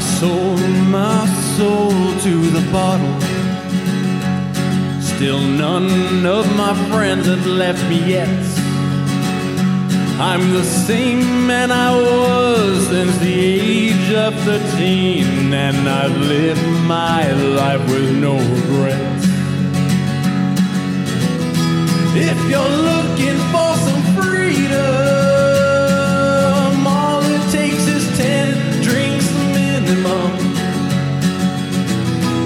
sold my soul to the bottle. Still, none of my friends have left me yet. I'm the same man I was since the age of 13, and I've lived my life with no regrets. If you're looking for some freedom, all it takes is 10 drinks minimum.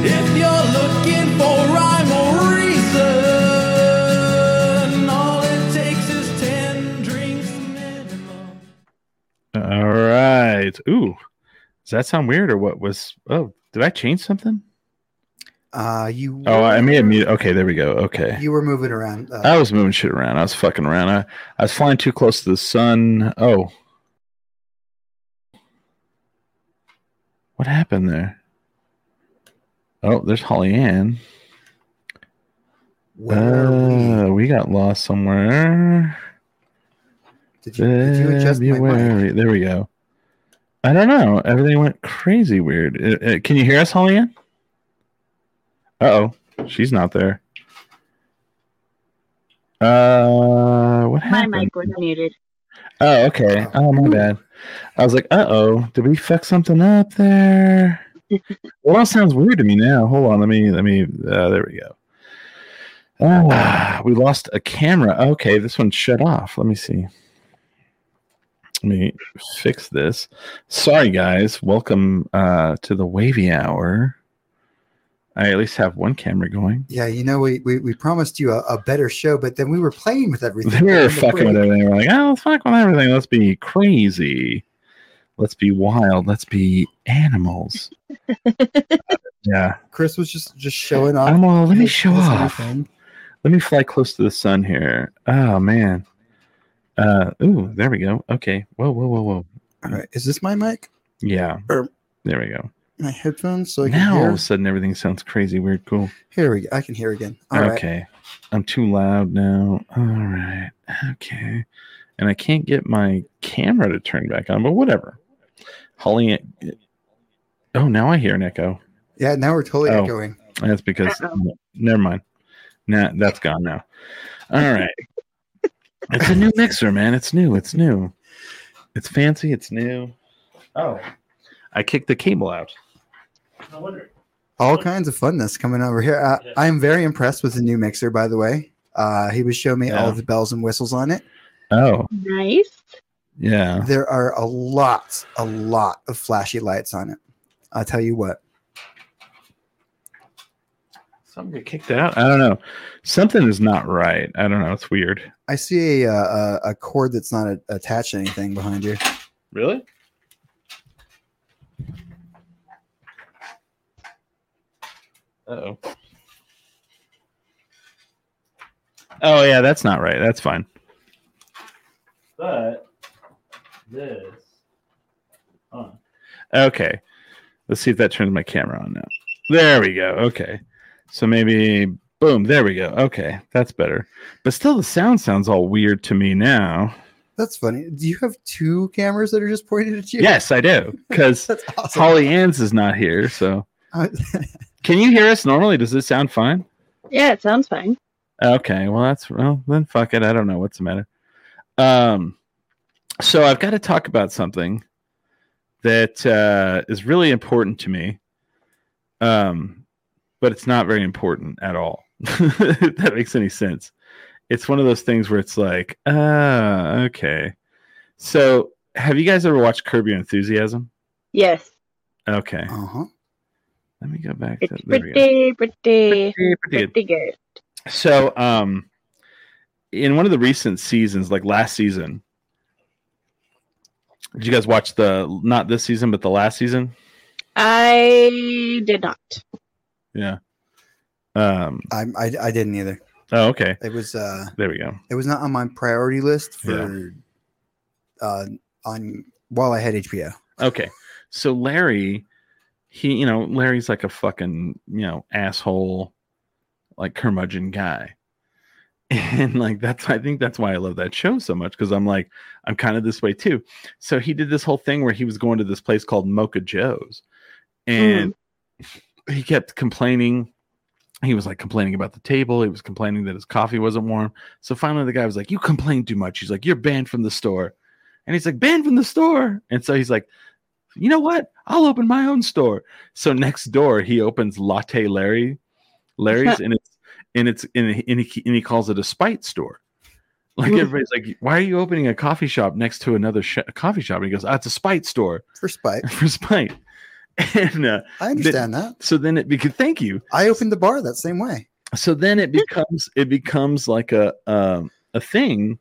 If you're looking for rhyme or reason, all it takes is 10 drinks minimum. All right. Ooh, does that sound weird or what was? Oh, did I change something? Uh, you. Oh, were- I may have muted. Oh, Okay, there we go. Okay. You were moving around. Uh, I was moving shit around. I was fucking around. I, I was flying too close to the sun. Oh. What happened there? Oh, there's Holly Ann. where were we? Uh, we got lost somewhere. Did you, did you adjust my mic? February. There we go. I don't know. Everything went crazy weird. Uh, uh, can you hear us, Holly Ann? Uh oh. She's not there. Uh, what My happened? mic was muted. Oh, okay. Oh, my bad. I was like, uh oh, did we fuck something up there? well, that sounds weird to me now. Hold on, let me, let me, uh, there we go. Ah, we lost a camera. Okay, this one shut off. Let me see. Let me fix this. Sorry, guys. Welcome uh, to the Wavy Hour. I at least have one camera going. Yeah, you know, we, we, we promised you a, a better show, but then we were playing with everything. They were during the fucking with break. everything. We're like, oh, let's fuck with everything. Let's be crazy. Let's be wild. Let's be animals. yeah. Chris was just just showing off. I'm all, let me show This new off. thing. Let me fly close to the sun here. Oh, man. Uh, ooh, there we go. Okay. Whoa, whoa, whoa, whoa. All right, is this my mic? Yeah. Er. There we go. My headphones, so I can now all of hear. a sudden everything sounds crazy, weird, cool. Here we go. I can hear again. All right. okay. I'm too loud now. All right. Okay. And I can't get my camera to turn back on, but whatever. Holly. uh, Oh, now I hear an echo. Yeah, now we're totally Oh. echoing. That's because. Uh-oh. Never mind. Nah, that's gone now. All right. it's a new mixer, man. It's new. It's new. It's fancy. It's new. Oh. I kicked the cable out. No wonder. All kinds of funness coming over here. Uh, I am very impressed with the new mixer, by the way. Uh, he was showing me all Yeah. of the bells and whistles on it. Oh, Nice. yeah. There are a lot, a lot of flashy lights on it. I'll tell you what. Something got kicked out. I don't know. Something is not right. I don't know. It's weird. I see a uh, a, a cord that's not a, attached to anything behind you. Really? Uh oh. Oh yeah, that's not right. That's fine. But this. Okay. Let's see if that turns my camera on now. There we go. Okay. So maybe boom. There we go. Okay, that's better. But still, the sound sounds all weird to me now. That's funny. Do you have two cameras that are just pointed at you? Yes, I do. Because That's awesome. Holly Ann's is not here, so Uh, can you hear us normally? Does this sound fine? Yeah, it sounds fine. Okay, well that's well then fuck it. I don't know what's the matter. Um so I've got to talk about something that uh is really important to me. Um but it's not very important at all. if that makes any sense. It's one of those things where it's like, uh, okay. So have you guys ever watched Curb Your Enthusiasm? Yes. Okay. uh-huh. Let me go back to It's there we go. pretty, pretty, Pretty, pretty good. pretty good. So, um, in one of the recent seasons, like last season, did you guys watch the not this season but the last season? I did not. Yeah. Um. I'm, I I didn't either. Oh, okay. It was uh There we go. it was not on my priority list for uh on while I had HBO. Okay. So Larry, he, you know, Larry's like a fucking, you know, asshole, like curmudgeon guy. And like that's I think that's why I love that show so much because I'm like, I'm kind of this way too. So he did this whole thing where he was going to this place called Mocha Joe's. and he kept complaining. He was like complaining about the table. He was complaining that his coffee wasn't warm. So finally, the guy was like, "You complain too much." He's like, "You're banned from the store," and he's like, "Banned from the store." And so he's like, "You know what? I'll open my own store." So next door, he opens Latte Larry, Larry's, and it's and it's and and he, and he calls it a spite store. Like Hmm. everybody's like, "Why are you opening a coffee shop next to another sh- coffee shop?" And he goes, "Ah, it's a spite store for spite. for spite." And uh, I understand that. so then it beca- thank you. I opened the bar that same way. So then it becomes it becomes like a um, a thing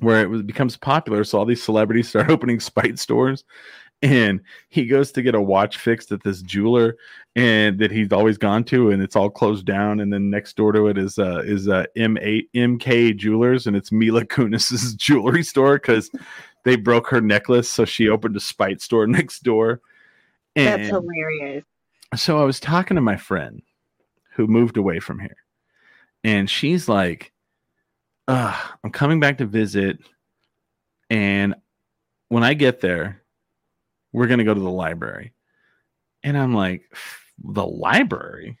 where it was- becomes popular. So all these celebrities start opening spite stores, and he goes to get a watch fixed at this jeweler, and that he's always gone to, and it's all closed down. And then next door to it is uh, is uh, M eight MK Jewelers, and it's Mila Kunis's jewelry store because they broke her necklace, so she opened a spite store next door. That's And- hilarious. so I was talking to my friend who moved away from here, and she's like, Ugh, I'm coming back to visit. And when I get there, we're going to go to the library. And I'm like, "F- The library?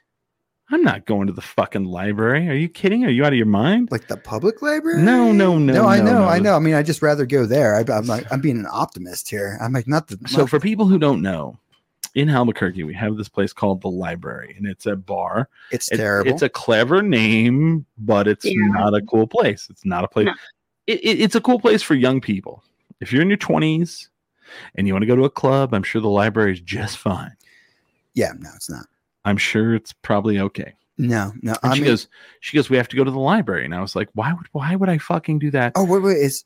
I'm not going to the fucking library. Are you kidding? Are you out of your mind? Like the public library? No, no, no. No, I no, know, no. I know. I mean, I just rather go there. I, I'm like, I'm being an optimist here. I'm like, not the. So, not- for people who don't know, in Albuquerque, we have this place called the library, and it's a bar it's It- terrible. It's a clever name, but it's Yeah. not a cool place. It's not a place. No. It, it- it's a cool place for young people. If you're in your 20s and you want to go to a club, I'm sure the library is just fine. yeah, no, it's not. I'm sure it's probably okay. No, no. And I she mean, goes, she goes, we have to go to the library. And I was like, why would why would I fucking do that? oh wait, wait, it's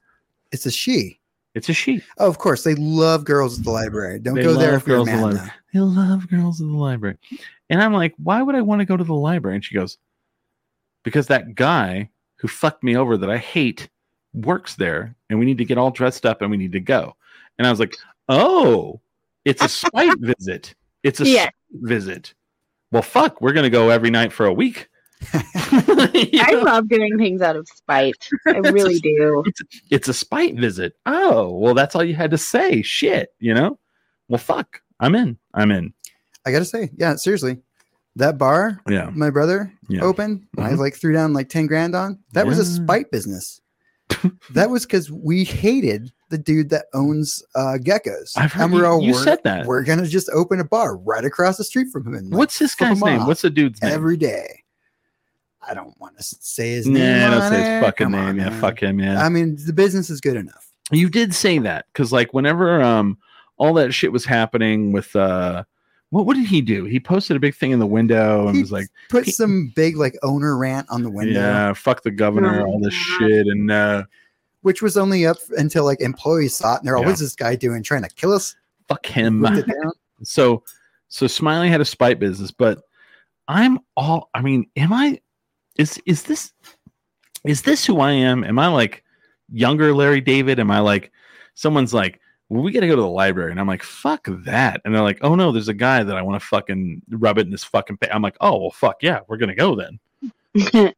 it's a she. It's a she. Oh, of course, they love girls at the library. Don't They go there love if you're a girls at the man. library. I love girls in the library. And I'm like, why would I want to go to the library? And she goes, because that guy who fucked me over that I hate works there and we need to get all dressed up and we need to go. And I was like, oh, it's a spite visit. It's a Yeah. spite visit. Well, fuck, we're going to go every night for a week. You I know? love doing things out of spite. I It's really just- do. it's a spite visit. Oh, well, that's all you had to say. Shit, you know? Well, fuck, I'm in. I'm in. I gotta say, yeah, seriously, that bar Yeah. my brother Yeah. opened, I Mhm. like threw down like ten grand on. That was a Yeah. spite business. that was because we hated the dude that owns uh, geckos. I've heard and you- we're all you we're, said that. we're gonna just open a bar right across the street from him. and, like, Uh, What's this flip guy's him name? off What's the dude's name? every day? I don't want to say his name. Nah, on don't say air. his fucking Come on, name. Yeah, man. fuck him. Yeah, I mean, the business is good enough. you did say that because like whenever um all that shit was happening with uh what what did he do? He posted a big thing in the window and He was like, put Pe- some big like owner rant on the window, yeah, fuck the governor, all this Yeah. shit, and uh which was only up until like employees saw it, and they're Yeah. always this guy doing trying to kill us. fuck him. Whipped it down. so so Smiley had a spite business, but I'm all. I mean, am I? Is is this? Is this who I am? Am I like younger Larry David? Am I like someone's like, well, we got to go to the library, and I'm like, fuck that, and they're like, oh no, there's a guy that I want to fucking rub it in his fucking. Face. I'm like, oh well, fuck yeah, we're gonna go then. I'm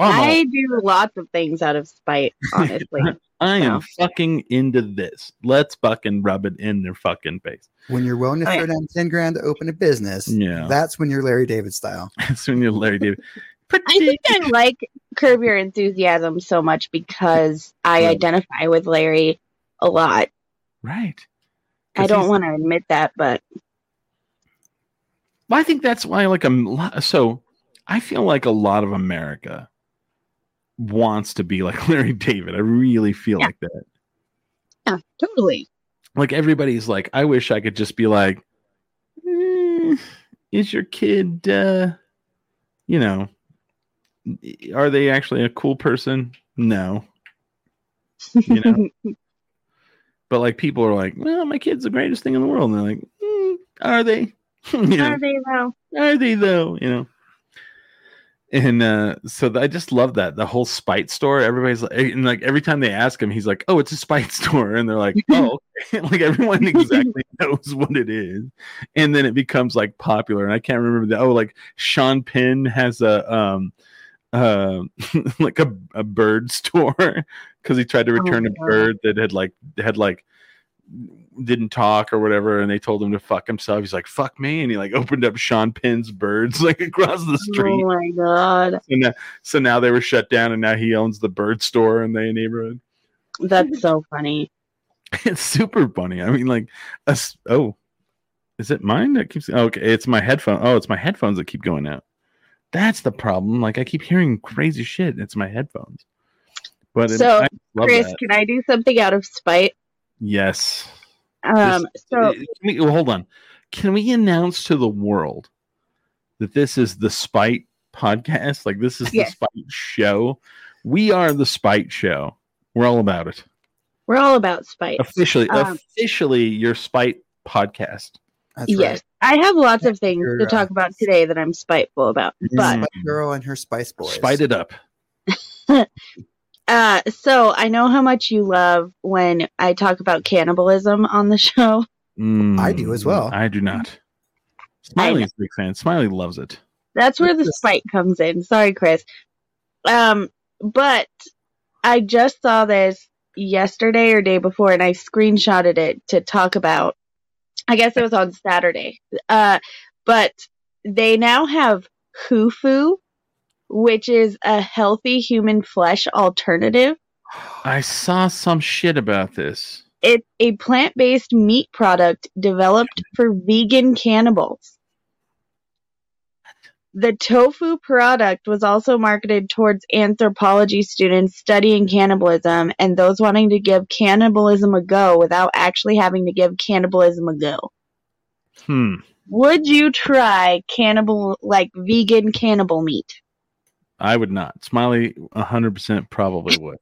all- I do lots of things out of spite, honestly. I am so. fucking into this. Let's fucking rub it in their fucking face. When you're willing to I- throw down ten grand to open a business, Yeah, that's when you're Larry David style. that's when you're Larry David. I think I like Curb Your Enthusiasm so much because I Yeah. identify with Larry a lot. right. I 'Cause don't he's- want to admit that, but Well, I think that's why, like, I'm lo- so I feel like a lot of America wants to be like Larry David. I really feel Yeah. like that. yeah, totally. Like, everybody's like, I wish I could just be like, "Eh, is your kid, uh, you know, are they actually a cool person? No. You know, but like people are like, well, my kid's the greatest thing in the world. And they're like, "Mm, are they? you know? Are they though? are they though you know and uh so th- i just love that the whole spite store everybody's like and like every time they ask him he's like oh it's a spite store and they're like oh okay." like everyone exactly knows what it is and then it becomes like popular and i can't remember the oh like sean penn has a um uh, like a, a bird store because he tried to Oh, return a wow. bird that had like had like didn't talk or whatever, and they told him to fuck himself. He's like, "Fuck me," and he like opened up Sean Penn's birds like across the Oh street. my god, So now, so now they were shut down, and now he owns the bird store in the neighborhood. that's so funny. It's super funny. I mean, like, us. oh, is it mine that keeps? Oh, okay, it's my headphone. Oh, it's my headphones that keep going out. That's the problem. Like, I keep hearing crazy shit. It's my headphones. But it- So, I love Chris, that. can I do something out of spite? yes. Um, so Can we, well, hold on. Can we announce to the world that this is the Spite podcast? Like, this is Yes. the Spite show. We are the Spite show. We're all about it. we're all about spite. Officially, Um, officially, your Spite podcast. That's Yes, I have lots of things You're, to uh, talk about today that I'm spiteful about. But right. Mm. Mm-hmm. Spice Girl and her Spice Boys. Spite it up. uh, so I know how much you love when I talk about cannibalism on the show. I do as Mm, well. I do not. I know. Smiley's a big fan. Smiley loves it. That's where the spite comes in. Sorry, Chris. Um, but I just saw this yesterday or day before, and I screenshotted it to talk about. I guess it was on Saturday. Uh, but they now have hufu, which is a healthy human flesh alternative. I saw some shit about this. It's a plant-based meat product developed for vegan cannibals. The tofu product was also marketed towards anthropology students studying cannibalism and those wanting to give cannibalism a go without actually having to give cannibalism a go. Hmm. Would you try cannibal like vegan cannibal meat? I would not. Smiley 100% probably would.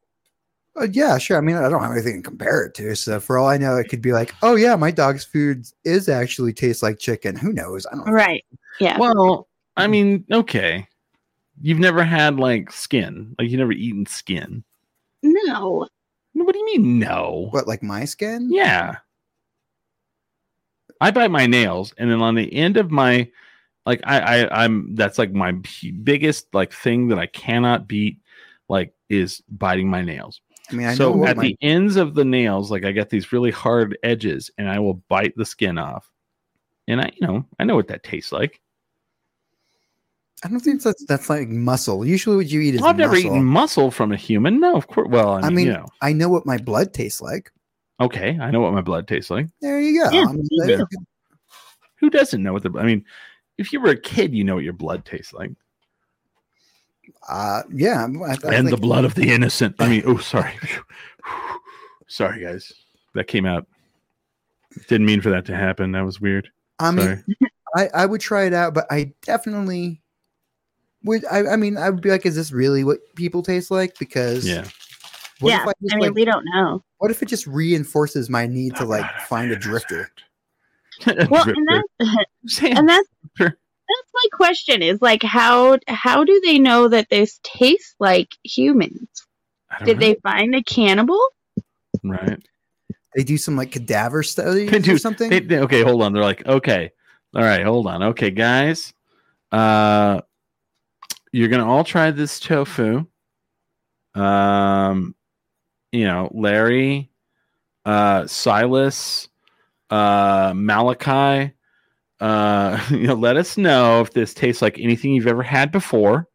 Uh, yeah, sure. I mean, I don't have anything to compare it to. So for all I know, it could be like, oh yeah, my dog's food is actually tastes like chicken. Who knows? I don't. Right. Yeah. Well, I mean, okay. You've never had like skin. Like you've never eaten skin. No. What do you mean no? What like my skin? Yeah. I bite my nails and then on the end of my like I, I I'm that's like my b- biggest like thing that I cannot beat like is biting my nails. I mean, I know so what at my the ends of the nails like I get these really hard edges and I will bite the skin off. And I you know, I know what that tastes like. I don't think that's that's like muscle. Usually, what you eat is I've never muscle. eaten muscle from a human. No, of course. Well, I mean, I mean, you know, I know what my blood tastes like. okay, I know what my blood tastes like. There you go. Yeah, I mean, you that- Who doesn't know what the? I mean, if you were a kid, you know what your blood tastes like, uh, yeah. I- I and the think- blood of the innocent. I mean, oh, sorry, sorry, guys, that came out. Didn't mean for that to happen. That was weird. I mean, Sorry. I, I would try it out, but I definitely would. I, I mean, I would be like, is this really what people taste like? Because Yeah, what, yeah. if I just, I mean, like- we don't know. what if it just reinforces my need to Oh, like find a drifter? Well, and that's and that's Sure. that's my question is like how how do they know that this tastes like humans did Uh-huh. they find a cannibal right? They do some like cadaver studies or Dude, something. They, they- okay, hold on. They're like, okay, all right, hold on. Okay, guys, uh, you're gonna all try this tofu. Um, you know, Larry, uh, Silas, uh, Malachi. Uh, you know, let us know if this tastes like anything you've ever had before.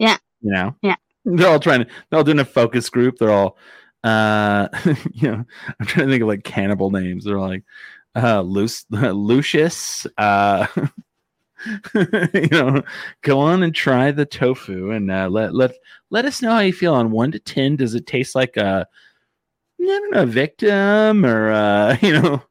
Yeah. You know. Yeah. They're all trying to. They're all doing a focus group. They're all, uh, you know, I'm trying to think of like cannibal names. They're like uh, Luce, Lucius. Uh, you know, go on and try the tofu and uh, let let let us know how you feel on one to ten. Does it taste like a I don't know, victim or uh, you know?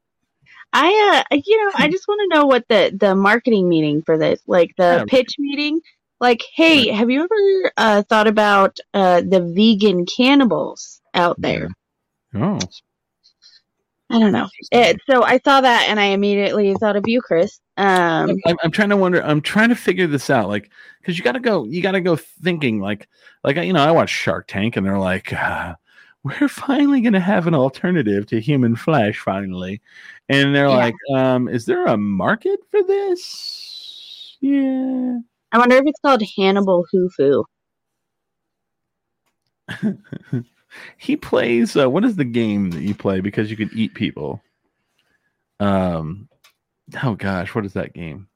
i uh you know i just want to know what the the marketing meeting for this like the Yeah. pitch meeting like hey have you ever uh, thought about uh the vegan cannibals out there Oh, i don't know it, so i saw that and i immediately thought of you chris um I'm, I'm trying to wonder. I'm trying to figure this out, like, because you gotta go. You gotta go thinking, like, like you know, I watch Shark Tank, and they're like, uh, we're finally gonna have an alternative to human flesh, finally, and they're Yeah. like, um, is there a market for this? Yeah. i wonder if it's called hannibal hufu He plays. Uh, what is the game that you play because you can eat people? Um, oh gosh, what is that game?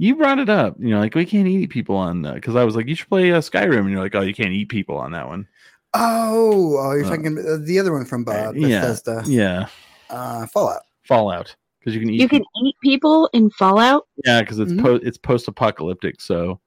You brought it up. You know, like we can't eat people on because I was like, you should play uh, Skyrim, and you're like, oh, you can't eat people on that one. Oh, oh, you're Uh, talking uh, the other one from Bob yeah. Bethesda, Yeah, uh, Fallout. Fallout because you can eat. You can Mm-hmm. eat people in Fallout. people. yeah, because it's Mhm. po- it's post apocalyptic. So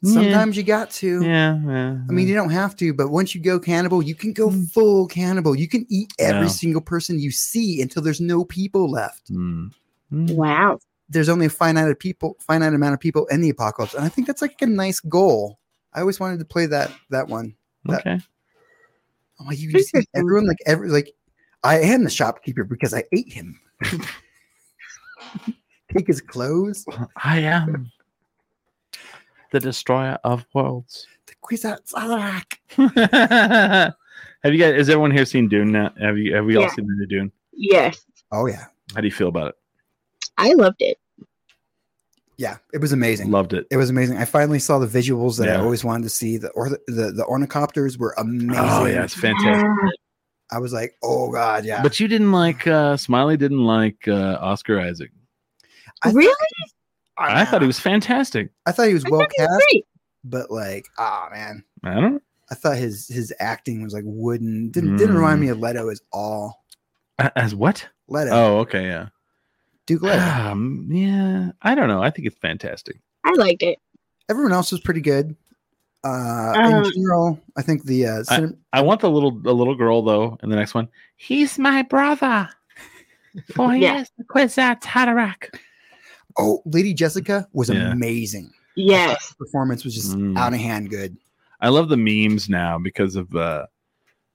Yeah. Sometimes you got to. yeah, yeah. I mean, you don't have to, but once you go cannibal, you can go full cannibal. You can eat Mm. every Yeah. single person you see until there's no people left. Hmm. Hmm. Wow. There's only a finite of people, finite amount of people in the apocalypse, and I think that's like a nice goal. I always wanted to play that that one. that- okay. I'm like, you just eat Interesting. everyone like every like. I am the shopkeeper because I ate him. Take his clothes. I am the destroyer of worlds. The Kwisatz have you guys? Has everyone here seen Dune? Now? Have you? Have we all Yeah. seen the new Dune? Yes, Oh yeah, How do you feel about it? I loved it. yeah. It was amazing. Loved it. It was amazing. I finally saw the visuals that I Yeah. always wanted to see. The or the the ornithopters were amazing. Oh yeah, it's fantastic. Yeah. I was like, oh god, yeah. But you didn't like uh, Smiley. Didn't like uh, Oscar Isaac. I really? I thought he was fantastic. I thought he was I well thought it was cast, great. but like, ah man, I don't. I thought his his acting was like wooden. Didn't didn't remind Mm. me of Leto at all. a- uh, As what? Leto, Oh, okay, yeah. Duke Leto. Um, yeah, I don't know. I think it's fantastic. I liked it. Everyone else was pretty good. Uh, Uh, in general, I think the uh, cinem- I want the little the little girl though in the next one. He's my brother. For he Yeah. is Oh, the Kwisatz Haderach. oh Lady Jessica was Yeah. amazing. Yes. Performance was just Mm. out of hand good. I love the memes now because of uh,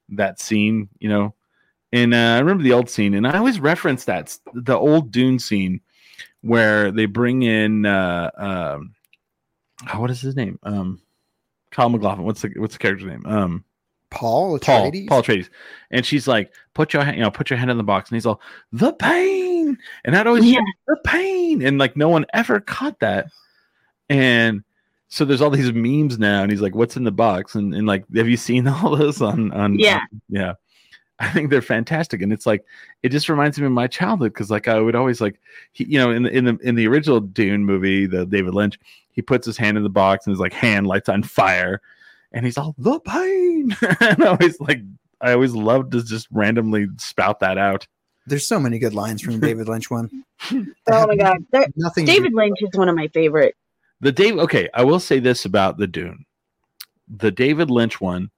that scene, you know. And uh, I remember the old scene, and I always reference that s- the old Dune scene where they bring in uh, um, oh, what is his name? Um, Kyle McLaughlin. What's the what's the character's name? Um, Paul Paul Atreides? Paul Trades. And she's like, "Put your hand, you know, put your hand in the box." And he's all, "The pain," and I'd always Oh, Yeah. the pain and like no one ever caught that and so there's all these memes now and he's like what's in the box and, and like have you seen all this on on Yeah. on- yeah i think they're fantastic and it's like it just reminds me of my childhood because like i would always like he, you know in the, in the in the original dune movie the david lynch he puts his hand in the box and his like hand lights on fire and he's all the pain and i always like i always loved to just randomly spout that out There's so many good lines from the David Lynch one. Oh my god. That, Nothing. David Lynch is one of my favorite. The Dave. Okay, I will say this about the Dune, the David Lynch one,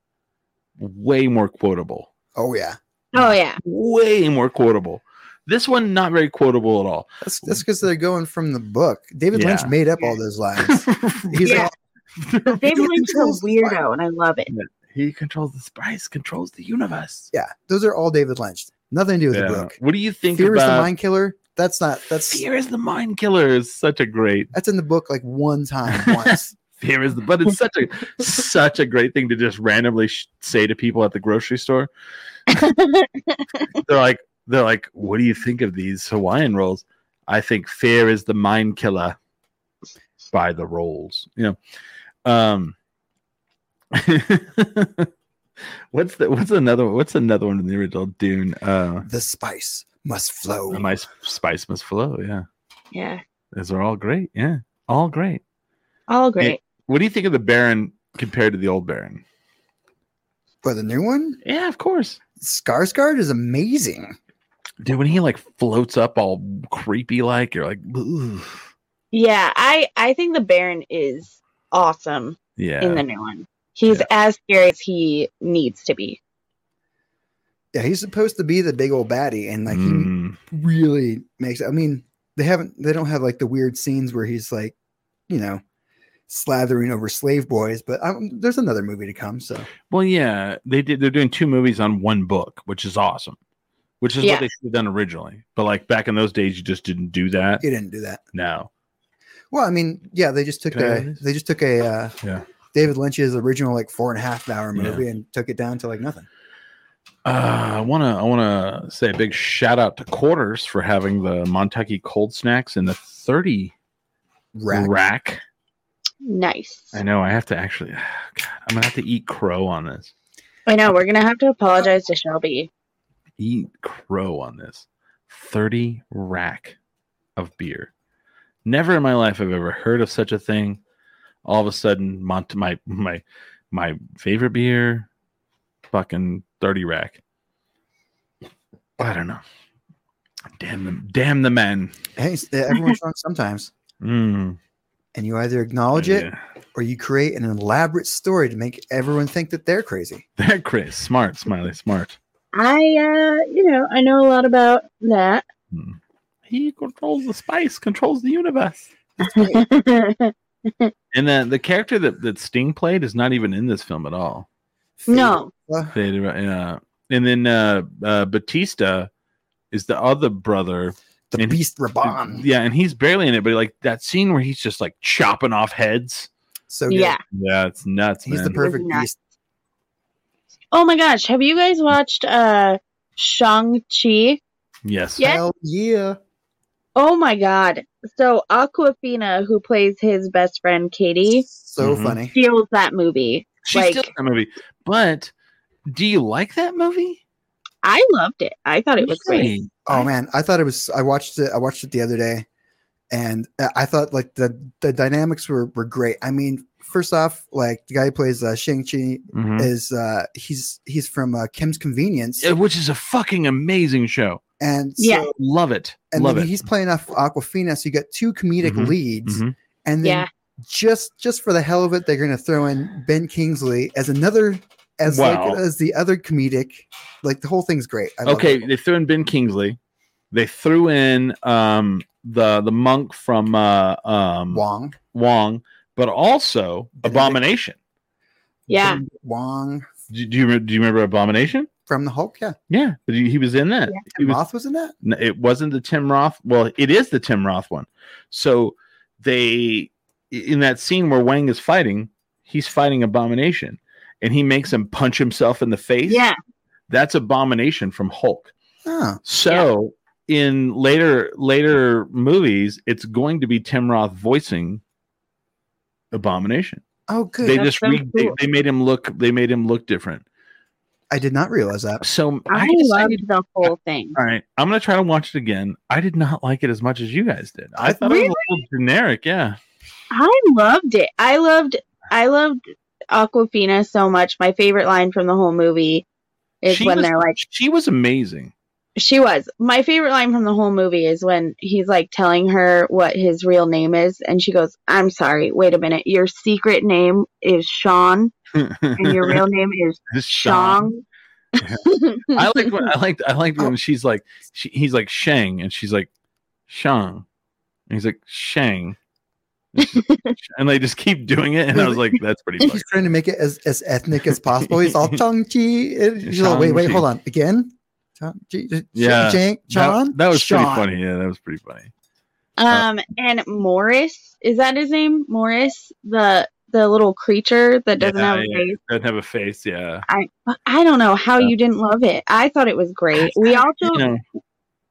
way more quotable. Oh yeah, Oh yeah. Way more quotable. This one not very quotable at all. that's that's because they're going from the book. David Lynch Yeah. made up all those lines. He's Yeah. like, David Lynch is controls a the weirdo, and I love it. he controls the spice, controls the universe. yeah, those are all David Lynch. Nothing to do with the Yeah. book. What do you think Fear is the about mind killer. That's not. That's Fear is the Mind Killer? Is such a great that's in the book like one time once. Fear is the but it's such a such a great thing to just randomly sh- say to people at the grocery store. they're like they're like, what do you think of these Hawaiian rolls? I think fear is the mind killer by the rolls. You know, um, what's the what's another what's another one in the original Dune? Uh, the spice must flow. my s- spice must flow. Yeah, Yeah. those are all great. Yeah, all great. All great. What do you think of the Baron compared to the old Baron? But the new one, Yeah, of course. Skarsgård is amazing. Dude, when he like floats up all creepy like, you're like, "Ooh." Yeah. I I think the Baron is awesome in yeah. the new one. He's Yeah. as scary as he needs to be. Yeah, he's supposed to be the big old baddie, and like Mm. he really makes. I mean, they haven't. They don't have like the weird scenes where he's like, you know, slathering over slave boys. But um there's another movie to come, so. Well, yeah, they did. They're doing two movies on one book, which is awesome. Which is Yeah. what they should have done originally. But like back in those days, you just didn't do that. He didn't do that. No. Well, I mean, yeah, they just took Can I have a this? they just took a uh, Yeah. David Lynch's original like four and a half hour Yeah. movie and took it down to like nothing. Uh, I wanna I wanna say a big shout out to Quarters for having the Montucky cold snacks in the thirty Rack. rack. Nice. I know I have to actually. God, I'm gonna have to eat crow on this. I know we're gonna have to apologize to Shelby. eat crow on this 30 rack of beer never in my life i've ever heard of such a thing all of a sudden mont- my my my favorite beer fucking 30 rack i don't know damn them damn the men Hey, s- everyone's wrong sometimes, mm, and you either acknowledge it yeah. or you create an elaborate story to make everyone think that they're crazy. that chris smart smiley smart I, uh, you know, I know a lot about that. he controls the space controls the universe no, and then the character that, that sting played is not even in this film at all Fedora. They had, uh, and then uh, uh, Batista is the other brother. the And- Beast Raban. Yeah, and he's barely in it, but like that scene where he's just like chopping off heads. So good. yeah. Yeah, it's nuts. he's the man. perfect Not- beast. Oh my gosh, have you guys watched uh Shang Chi? yes. Yeah. Hell yeah! Oh my god. So Aquafina, who plays his best friend Katie, So Mhm. funny. steals that movie. She like- still in that movie. But do you like that movie? I loved it. I thought it was great. Really? Oh man, I thought it was. I watched it. I watched it the other day, and I- I thought like the the dynamics were were great. I mean, first off, like the guy who plays uh, Shang Chi Mhm. is uh he's he's from uh, Kim's Convenience, Yeah, Which is a fucking amazing show. and so, Yeah. Love it. and Love then it. he's playing off Aquafina, so you got two comedic Mhm, leads, Mhm. and then Yeah. just just for the hell of it, they're going to throw in Ben Kingsley as another as Wow. like as the other comedic. Like the whole thing's great. I love Okay, it. they threw in Ben Kingsley. They threw in um, the the monk from uh, um, Wong, Wong, but also Benedict. Abomination. Yeah. Ben Wong Do, do you re- do you remember Abomination? from the Hulk. Yeah, Yeah, but he, he was in that. He and was, Roth was in that. n- it wasn't the Tim Roth. Well, it is the Tim Roth one. So they in that scene where Wang is fighting, he's fighting Abomination, and he makes him punch himself in the face. Yeah. that's Abomination from Hulk. Oh, So in later later movies, it's going to be Tim Roth voicing Abomination. oh, good. they That's just so re- they, cool. they made him look they made him look different. I did not realize that. So I decided- loved the whole thing. all right, I'm gonna try to watch it again. I did not like it as much as you guys did. I thought it was a little generic. Yeah, I loved it. I loved I loved Aquafina so much. My favorite line from the whole movie is She when was- they're like she was amazing. she was. My favorite line from the whole movie is when he's like telling her what his real name is and she goes, "I'm sorry. Wait a minute. Your secret name is Sean and your real name is Shang. Shang." I like when I liked I liked when she's like she, he's like Shang and she's like Shang, and he's like Shang, and, she's like, "Sh-" and they just keep doing it. And I was like, that's pretty. Funny. He's trying to make it as, as ethnic as possible. He's all Chong Chi. He's all, wait, wait, Shang-Chi. hold on. Again? Chong Chi? Yeah. Chang, John? That, that was Sean. pretty funny. Yeah, that was pretty funny. Oh. um and Morris, is that his name? Morris, the the little creature that doesn't Yeah, have a yeah. face. Doesn't have a face. Yeah. I don't know how Yeah. you didn't love it. I thought it was great. We also You know,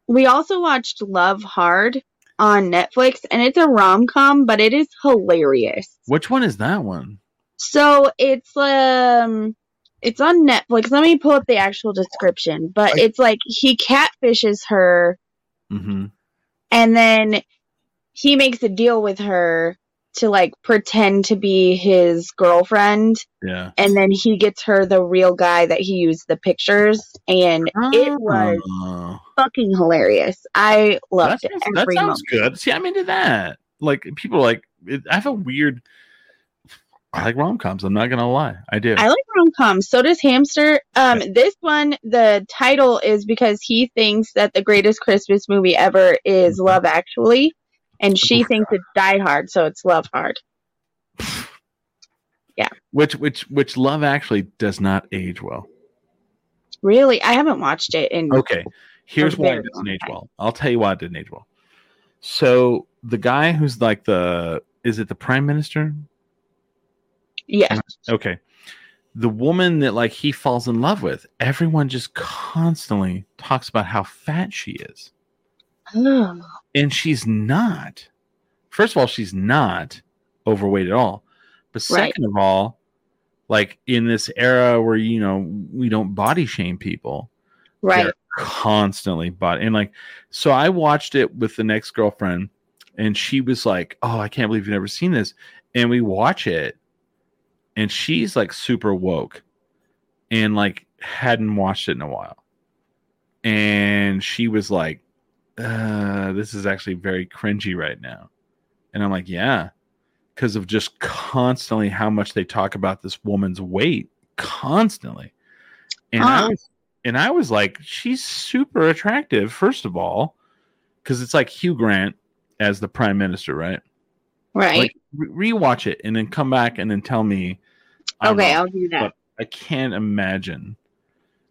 we also watched Love Hard on Netflix and it's a rom-com but it is hilarious. which one is that one? So it's um it's on Netflix. Let me pull up the actual description, but I- it's like he catfishes her Mm-hmm. and then he makes a deal with her to like pretend to be his girlfriend Yeah. and then he gets her the real guy that he used the pictures and Ah. it was Oh, fucking hilarious. I that loved sounds, it that every sounds month. good. See, I'm into that. Like people are like it, I have a weird. I like rom coms. I'm not gonna lie. I do. I like rom coms. So does Hamster. Um, this one, the title is because he thinks that the greatest Christmas movie ever is Mm-hmm. Love Actually, Oh and she thinks it's Die Hard, so it's Love Hard. which which which love actually does not age well. Really, I haven't watched it in. Okay, here's For why very it doesn't long age time. well. I'll tell you why it didn't age well. So the guy who's like the is it the prime minister? Yeah, Okay. The woman that like he falls in love with, everyone just constantly talks about how fat she is. Ugh. And she's not. First of all, she's not overweight at all. But Right. second of all, like in this era where you know we don't body shame people right. they're constantly body and like so i watched it with the next girlfriend and she was like oh i can't believe you've never seen this and we watch it and she's like super woke and like hadn't watched it in a while and she was like uh this is actually very cringy right now and i'm like yeah because of just constantly how much they talk about this woman's weight constantly and i Ah. was and i was like she's super attractive first of all because it's like hugh grant as the prime minister right Right. like re- rewatch it and then come back and then tell me I'm okay, wrong. I'll do that. but I can't imagine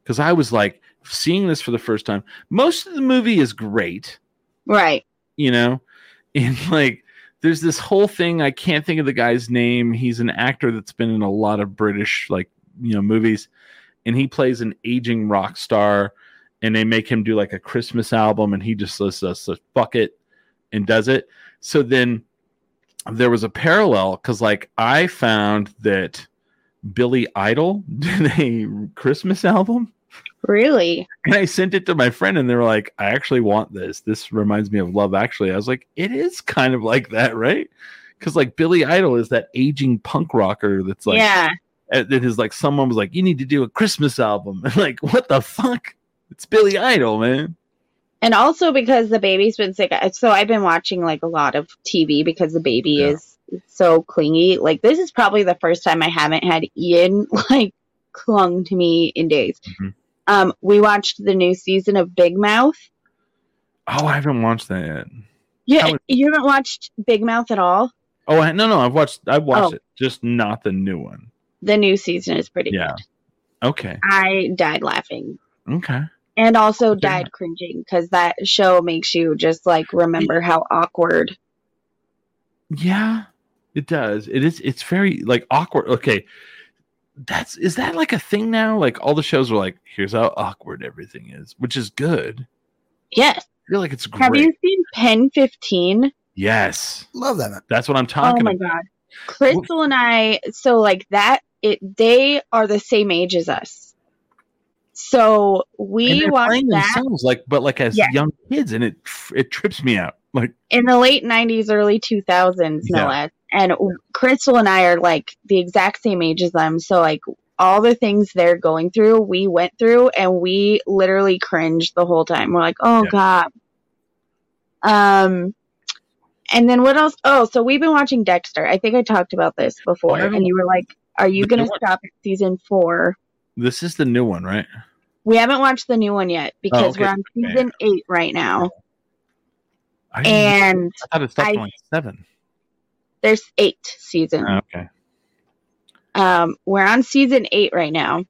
because I was like seeing this for the first time. Most of the movie is great, Right. you know, and like there's this whole thing. I can't think of the guy's name. He's an actor that's been in a lot of British like you know movies, and he plays an aging rock star. And they make him do like a Christmas album, and he just lists us a bucket and does it. So then there was a parallel because like I found that Billy Idol did a Christmas album Really? and I sent it to my friend, and they were like, "I actually want this. This reminds me of Love Actually." I was like, "It is kind of like that, right?" Because like Billy Idol is that aging punk rocker that's like yeah. uh, that is like someone was like, "You need to do a Christmas album," and like, what the fuck? It's Billy Idol, man. And also because the baby's been sick. I- So I've been watching like a lot of TV because the baby Yeah. is so clingy. Like this is probably the first time I haven't had Ian like clung to me in days. Mhm. Um, we watched the new season of Big Mouth. Oh, I haven't watched that yet. Yeah, How was- you haven't watched Big Mouth at all? Oh, I, no, no, I've watched, I've watched Oh. it, just not the new one. The new season is pretty Yeah. good. Okay, I died laughing okay. and also Okay. died cringing because that show makes you just like remember how awkward. Yeah, it does. It is. It's very like awkward. Okay, that's is that like a thing now? Like all the shows are like, here's how awkward everything is, which is good. Yes. I feel like it's great. Have you seen Pen 15? Yes, Love that. man. that's what I'm Oh talking my about. god. Crystal and I so like that it they are the same age as us. So And we they're watched playing that themselves like, but like as Yeah. young kids, and it it trips me out. Like, in the late 90s early 2000s Yeah. no less. And w- Crystal and I are like the exact same age as them. So like all the things they're going through, we went through and we literally cringed the whole time. We're like, "Oh Yeah. god." Um and then what else? Oh, so we've been watching Dexter. I think I talked about this before haven't- and you were like, "Are you The going new to one. stop at season 4?" this is the new one, right? We haven't watched the new one yet because Oh, okay. we're on season 8 right now. I, didn't even- And I thought it stopped I- at, like seven. there's 8 seasons. Oh, okay. um, we're on season eight right now, Mm-hmm.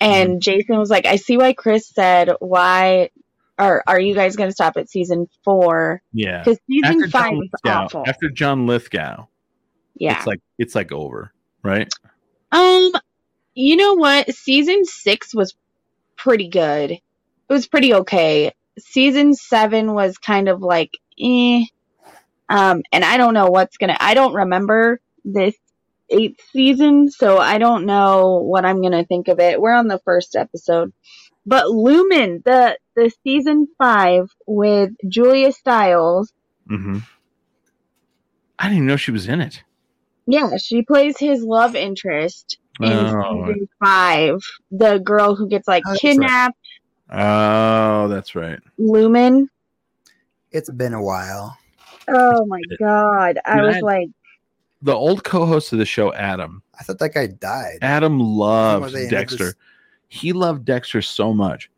and Jason was like, "I see why Chris said why, or are you guys going to stop at season four? Yeah. Because season After five John, is Lithgow, awful. after John Lithgow, yeah. it's like it's like over, right? Um, you know what? Season six was pretty good. It was pretty okay. Season seven was kind of like eh. Um, and I don't know what's gonna. I don't remember this eighth season, so I don't know what I'm gonna think of it. We're on the first episode, but Lumen, the the season five with Julia Stiles. Mm-hmm. I didn't even know she was in it. Yeah, she plays his love interest in Oh, season five, the girl who gets like Oh, that's right. kidnapped, oh, that's right. Lumen. It's been a while. Oh my god! I Yeah, was I- like, The old co-host of the show, Adam. I thought that guy died. Adam Where loved they had Dexter. this- He loved Dexter so much.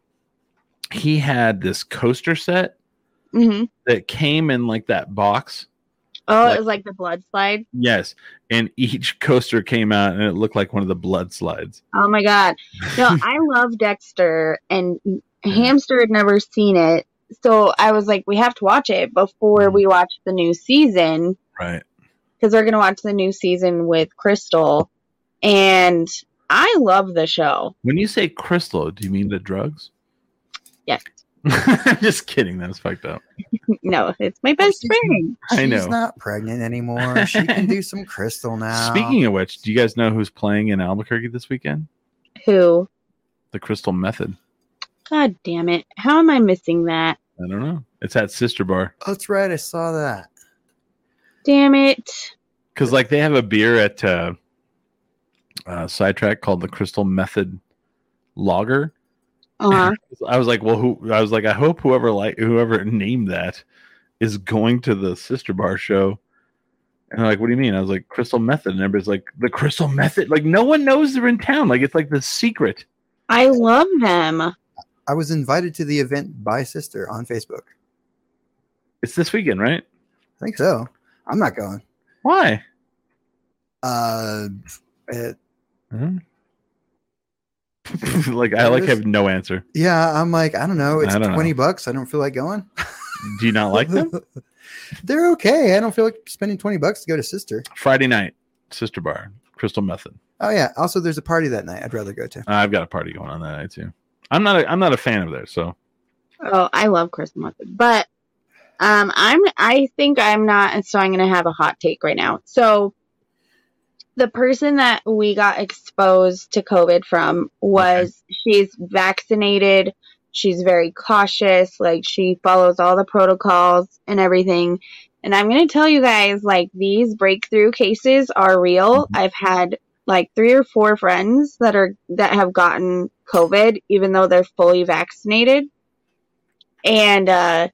He had this coaster set mhm. that came in like that box. oh, Like- it was like the blood slide. Yes, and each coaster came out, and it looked like one of the blood slides. Oh my god! No, I love Dexter, and Hamster had never seen it, so I was like, we have to watch it before we watch the new season Right. because we're gonna watch the new season with Crystal, and I love the show. When you say crystal, do you mean the drugs? Yes. Just kidding. That's fucked up. No, it's my best Excuse me. friend. I know. She's not pregnant anymore. She can do some crystal now. Speaking of which, do you guys know who's playing in Albuquerque this weekend? Who? The Crystal Method. God damn it. How am I missing that? I don't know. It's at Sister Bar Oh, that's right, I saw that. Damn it. because like they have a beer at uh, uh, Sidetrack called the Crystal Method Lager. Aw. I was like, well, who? I was like, I hope whoever like whoever named that is going to the sister bar show. And they're like, what do you mean? I was like, Crystal Method. And everybody's like, the Crystal Method. Like, no one knows they're in town. Like, it's like the secret. I love them. I was invited to the event by sister on Facebook. It's this weekend, right? I think so. I'm not going. Why? Uh, it, Hmm? like, I like have no answer. yeah, I'm like, I don't know. It's I don't know. 20 bucks. I don't feel like going. Do you not like them? They're okay. I don't feel like spending 20 bucks to go to sister. Friday night, sister bar, Crystal Method. Oh yeah. Also, there's a party that night. I'd rather go to. I've got a party going on that night too. I'm not. A, I'm not a fan of theirs. So Oh, I love Crystal Method. But um I'm I think I'm not and so I'm gonna have a hot take right now. So the person that we got exposed to COVID from was she's vaccinated, she's very cautious, like she follows all the protocols and everything. And I'm gonna tell you guys, like these breakthrough cases are real. I've had like three or four friends that are that have gotten COVID, even though they're fully vaccinated and uh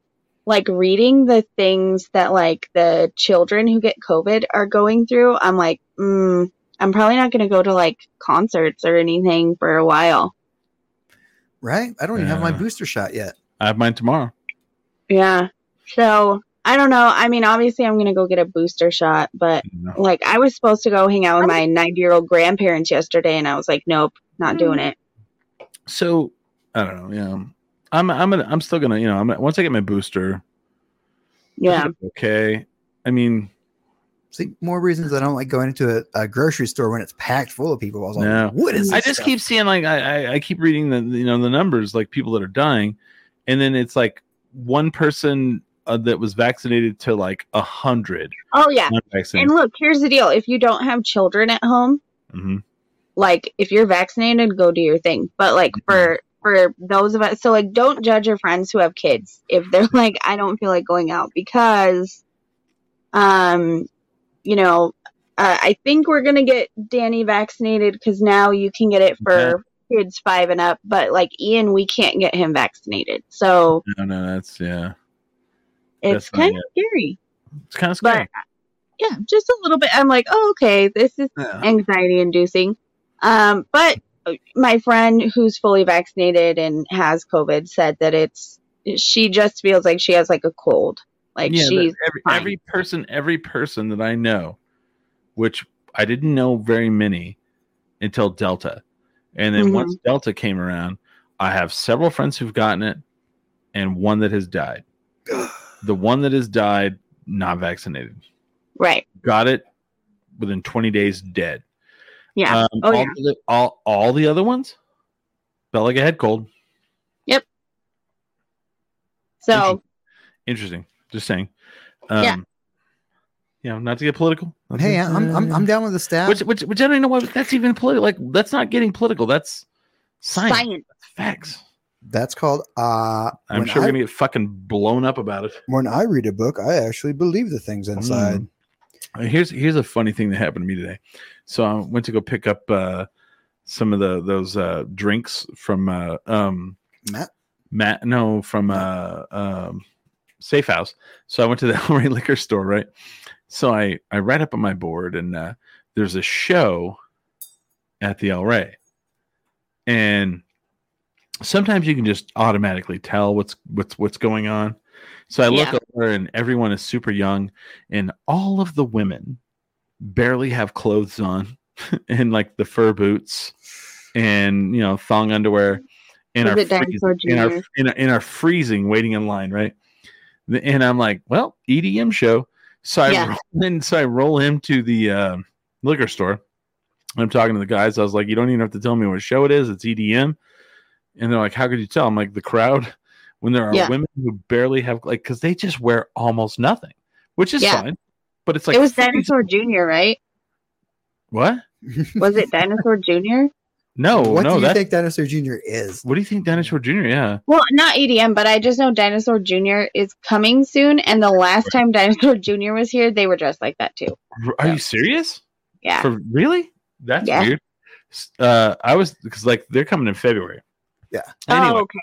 like reading the things that like the children who get covid are going through i'm like mm, i'm probably not going to go to like concerts or anything for a while Right? I don't even have my Yeah. booster shot yet. I have mine tomorrow. yeah so i don't know i mean obviously i'm going to go get a booster shot but You know. like i was supposed to go hang out with my 90 year old grandparents yesterday and i was like nope not doing it so I don't know. Yeah, I'm I'm gonna, I'm still gonna you know I'm gonna- once I get my booster. yeah Okay. I mean, See, more reasons I don't like going into a, a grocery store when it's packed full of people. I was like, No. what is? This I just stuff? keep seeing like I, I I keep reading the you know the numbers like people that are dying, and then it's like one person uh, that was vaccinated to like a hundred. oh yeah vaccinated. and look here's the deal if you don't have children at home Mhm. like if you're vaccinated go do your thing but like for for those of us so like don't judge your friends who have kids if they're like i don't feel like going out because um you know uh, i think we're gonna get danny vaccinated because now you can get it for kids five and up but like ian we can't get him vaccinated so No, no, that's yeah. it's Mm, That's not kind of scary It's kind of But- scary. yeah just a little bit i'm like oh okay this is Yeah. anxiety inducing. Um, but my friend who's fully vaccinated and has COVID said that it's she just feels like she has like a cold. Like Yeah, she's but every, fine. every person every person that i know which i didn't know very many until delta and then Mhm. once delta came around i have several friends who've gotten it and one that has died the one that has died not vaccinated right. got it within 20 days dead Yeah. um, Oh, all, yeah. the, all, all the other ones felt like a head cold So interesting just saying um, Yeah. you know not to get political Hey, I'm, I'm I'm down with the staff. Mm-hmm. which which which I don't even know why that's even political. Like that's not getting political. That's science. science. That's facts. That's called. Uh, I'm when sure I, we're gonna get fucking blown up about it. when I read a book, I actually believe the things inside. Uh, Here's here's a funny thing that happened to me today. So I went to go pick up uh, some of the those uh, drinks from uh, um, Matt, Matt, no, from uh, um, Safe House. So I went to the Elmery liquor store, right? So I I read up on my board, and uh, there's a show at the El Rey, and sometimes you can just automatically tell what's what's what's going on. So I look Yeah. over, and everyone is super young, and all of the women barely have clothes on, and like the fur boots, and you know thong underwear, and Was are freezing- it Dinosaur in our Jr.? in our, in our freezing waiting in line, right? The- And I'm like, well, EDM show. So I Yeah. roll in, so I roll into the uh, liquor store. I'm talking to the guys. I was E like, you don't even have to tell me what show it is. It's EDM. And they're like, how could you tell? I'm like, the crowd when there are Yeah. women who barely have like because they just wear almost nothing, which is Yeah. fine. But it's like it was freezing- Dinosaur Junior, right? What? Was it Dinosaur Junior? No, what Oh, no. do you That. think Dinosaur Jr. is? What do you think, Dinosaur Jr.? Yeah. Well, not EDM, but I just know Dinosaur Junior is coming soon. And the last time Dinosaur Junior was here, they were dressed like that too. R- Are you serious? Yeah. For really? That's Yeah. weird. S- Uh, I was because like they're coming in February. Yeah. Anyway, Oh, okay.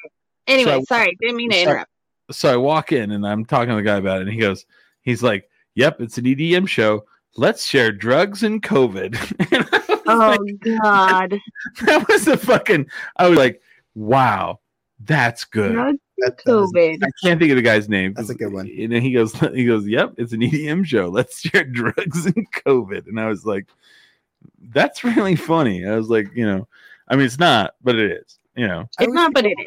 Anyway, So- sorry, didn't mean to so- interrupt. so I walk in and I'm talking to the guy about it, and he goes, he's like, "Yep, it's an EDM show. Let's share drugs and COVID." And I was Oh like- God, that was the fucking. I was like, "Wow, that's good." Drug That does- COVID. I can't think of the guy's name. That's a good one. And then he goes, he goes, "Yep, it's an EDM show. Let's share drugs and COVID." And I was like, "That's really funny." I was like, you know, I mean, it's not, but it is. You know, I It's always- not, but it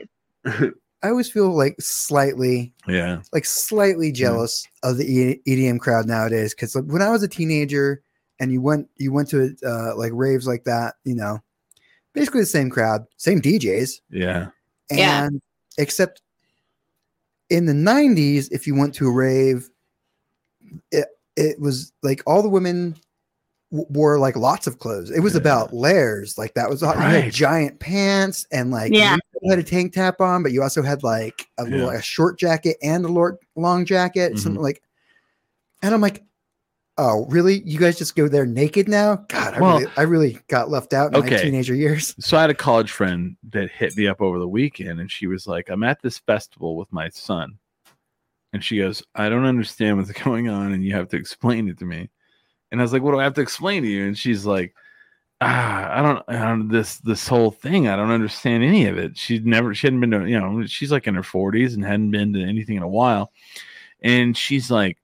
is. I always feel like slightly, yeah, like slightly jealous of the E- EDM crowd nowadays. Because when I was a teenager, and you went, you went to uh, like raves like that, you know, basically the same crowd, same DJs, yeah, and Yeah. except in the '90s, if you went to a rave, it it was like all the women w- wore like lots of clothes. It was Yeah. about layers. Like that was all- you had Right. giant pants and like Yeah. you still had a tank top on, but you also had like a little Yeah. like a short jacket and a lor- long jacket. Mhm. Something like, and I'm like. Oh, really? You guys just go there naked now? God, I, Well- really, I really got left out in my Okay. teenager years. so I had a college friend that hit me up over the weekend, and she was like, "I'm at this festival with my son," and she goes, "I don't understand what's going on, and you have to explain it to me." And I was like, "What do I have to explain to you?" And she's like, "Ah, I don't, I don't this this whole thing. I don't understand any of it." She'd never, she hadn't been to, you know, she's like in her 40s and hadn't been to anything in a while, and she's like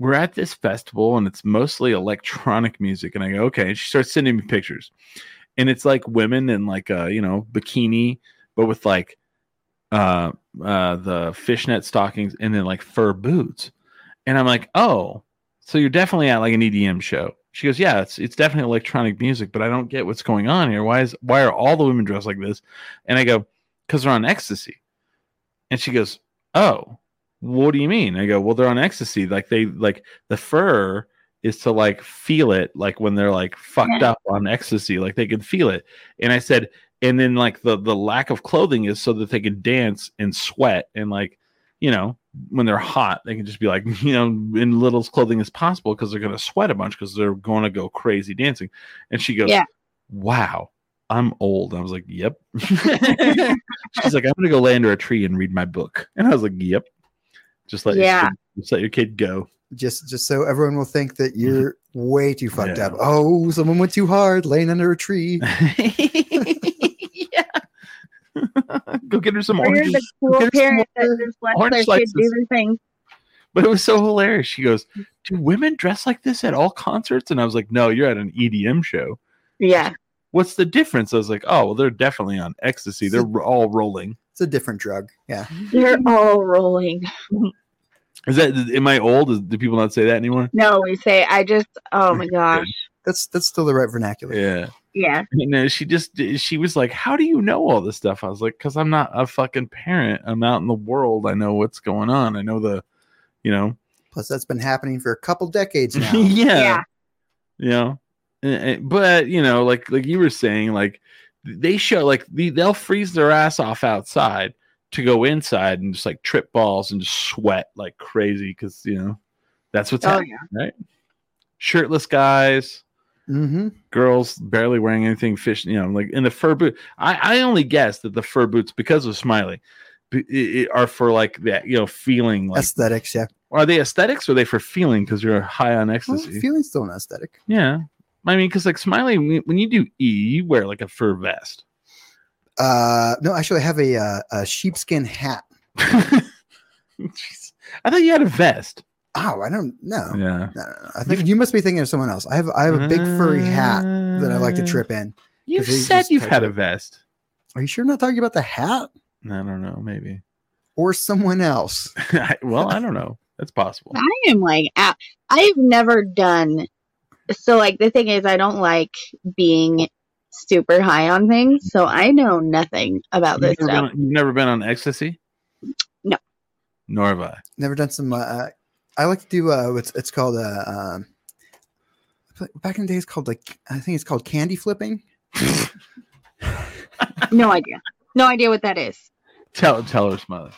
we're at this festival and it's mostly electronic music. And I go, okay. And she starts sending me pictures. And it's like women in like a, you know, bikini, but with like uh uh the fishnet stockings and then like fur boots. And I'm like, oh, so you're definitely at like an EDM show. She goes, Yeah, it's it's definitely electronic music, but I don't get what's going on here. Why is why are all the women dressed like this? And I go, Because they're on ecstasy. And she goes, Oh, what do you mean? I go, well, they're on ecstasy. Like they like the fur is to like feel it, like when they're like fucked up on ecstasy, like they can feel it. And I said, and then like the the lack of clothing is so that they can dance and sweat and like you know when they're hot they can just be like you know in little as clothing as possible because they're going to sweat a bunch because they're going to go crazy dancing. And she goes, Yeah. wow. I'm old. I was like, "Yep." She's like, "I'm gonna go lay under a tree and read my book," and I was like, "Yep." Just let Yeah. your kid, just let your kid go. just just so everyone will think that you're way too fucked Mm-hmm. Yeah. up. Oh, someone went too hard, laying under a tree. yeah. go get her some Or you're the oranges. cool Get some parent that orange- just lets orange their kid slices. do their thing. But it was so hilarious. She goes, "Do women dress like this at all concerts?" And I was like, "No, you're at an EDM show. Yeah, What's the difference?" I was like, "Oh, well, they're definitely on ecstasy. They're all rolling." It's a different drug. Yeah. they're all rolling. Is that am I old? Is, do people not say that anymore? No, we say I just. Oh my gosh. That's that's still the right vernacular. Yeah. Yeah. you know she just she was like how do you know all this stuff i was like because i'm not a fucking parent i'm out in the world i know what's going on i know the you know Plus that's been happening for a couple decades yeah, now. Yeah. you know And- and- but you know like like you were saying like they show like the, they'll freeze their ass off outside to go inside and just like trip balls and just sweat like crazy because you know that's what's Oh happening yeah. shirtless guys hmm girls barely wearing anything fish you know like in the fur boot i i only guess that the fur boots because of smiley b- i- i- are for like that you know feeling like Aesthetics, yeah. are they aesthetics or are they for feeling because you're high on Well, ecstasy feeling's still an aesthetic. yeah i mean because like smiley when when you do e you wear like a fur vest Uh no, actually I have a uh, a sheepskin hat. Jeez. i thought you had a vest Oh, I don't know. yeah No, no, no. I think you must be thinking of someone else. I have I have a big furry hat that I like to trip in. Uh, you've 'cause they said just you've type had a it. vest Are you sure I'm not talking about the hat i don't know maybe or someone else? well i don't know that's possible I am like out. I've never done. So like the thing is, I don't like being super high on things, so I know nothing about you've this uh, never, stuff. been, you've never been on ecstasy Nor have I. Never done some. Uh, I like to do uh, what's it's called. Uh, um, back in the day, it's called like I think it's called candy flipping. No idea. No idea what that is. Tell tell her, Smiley.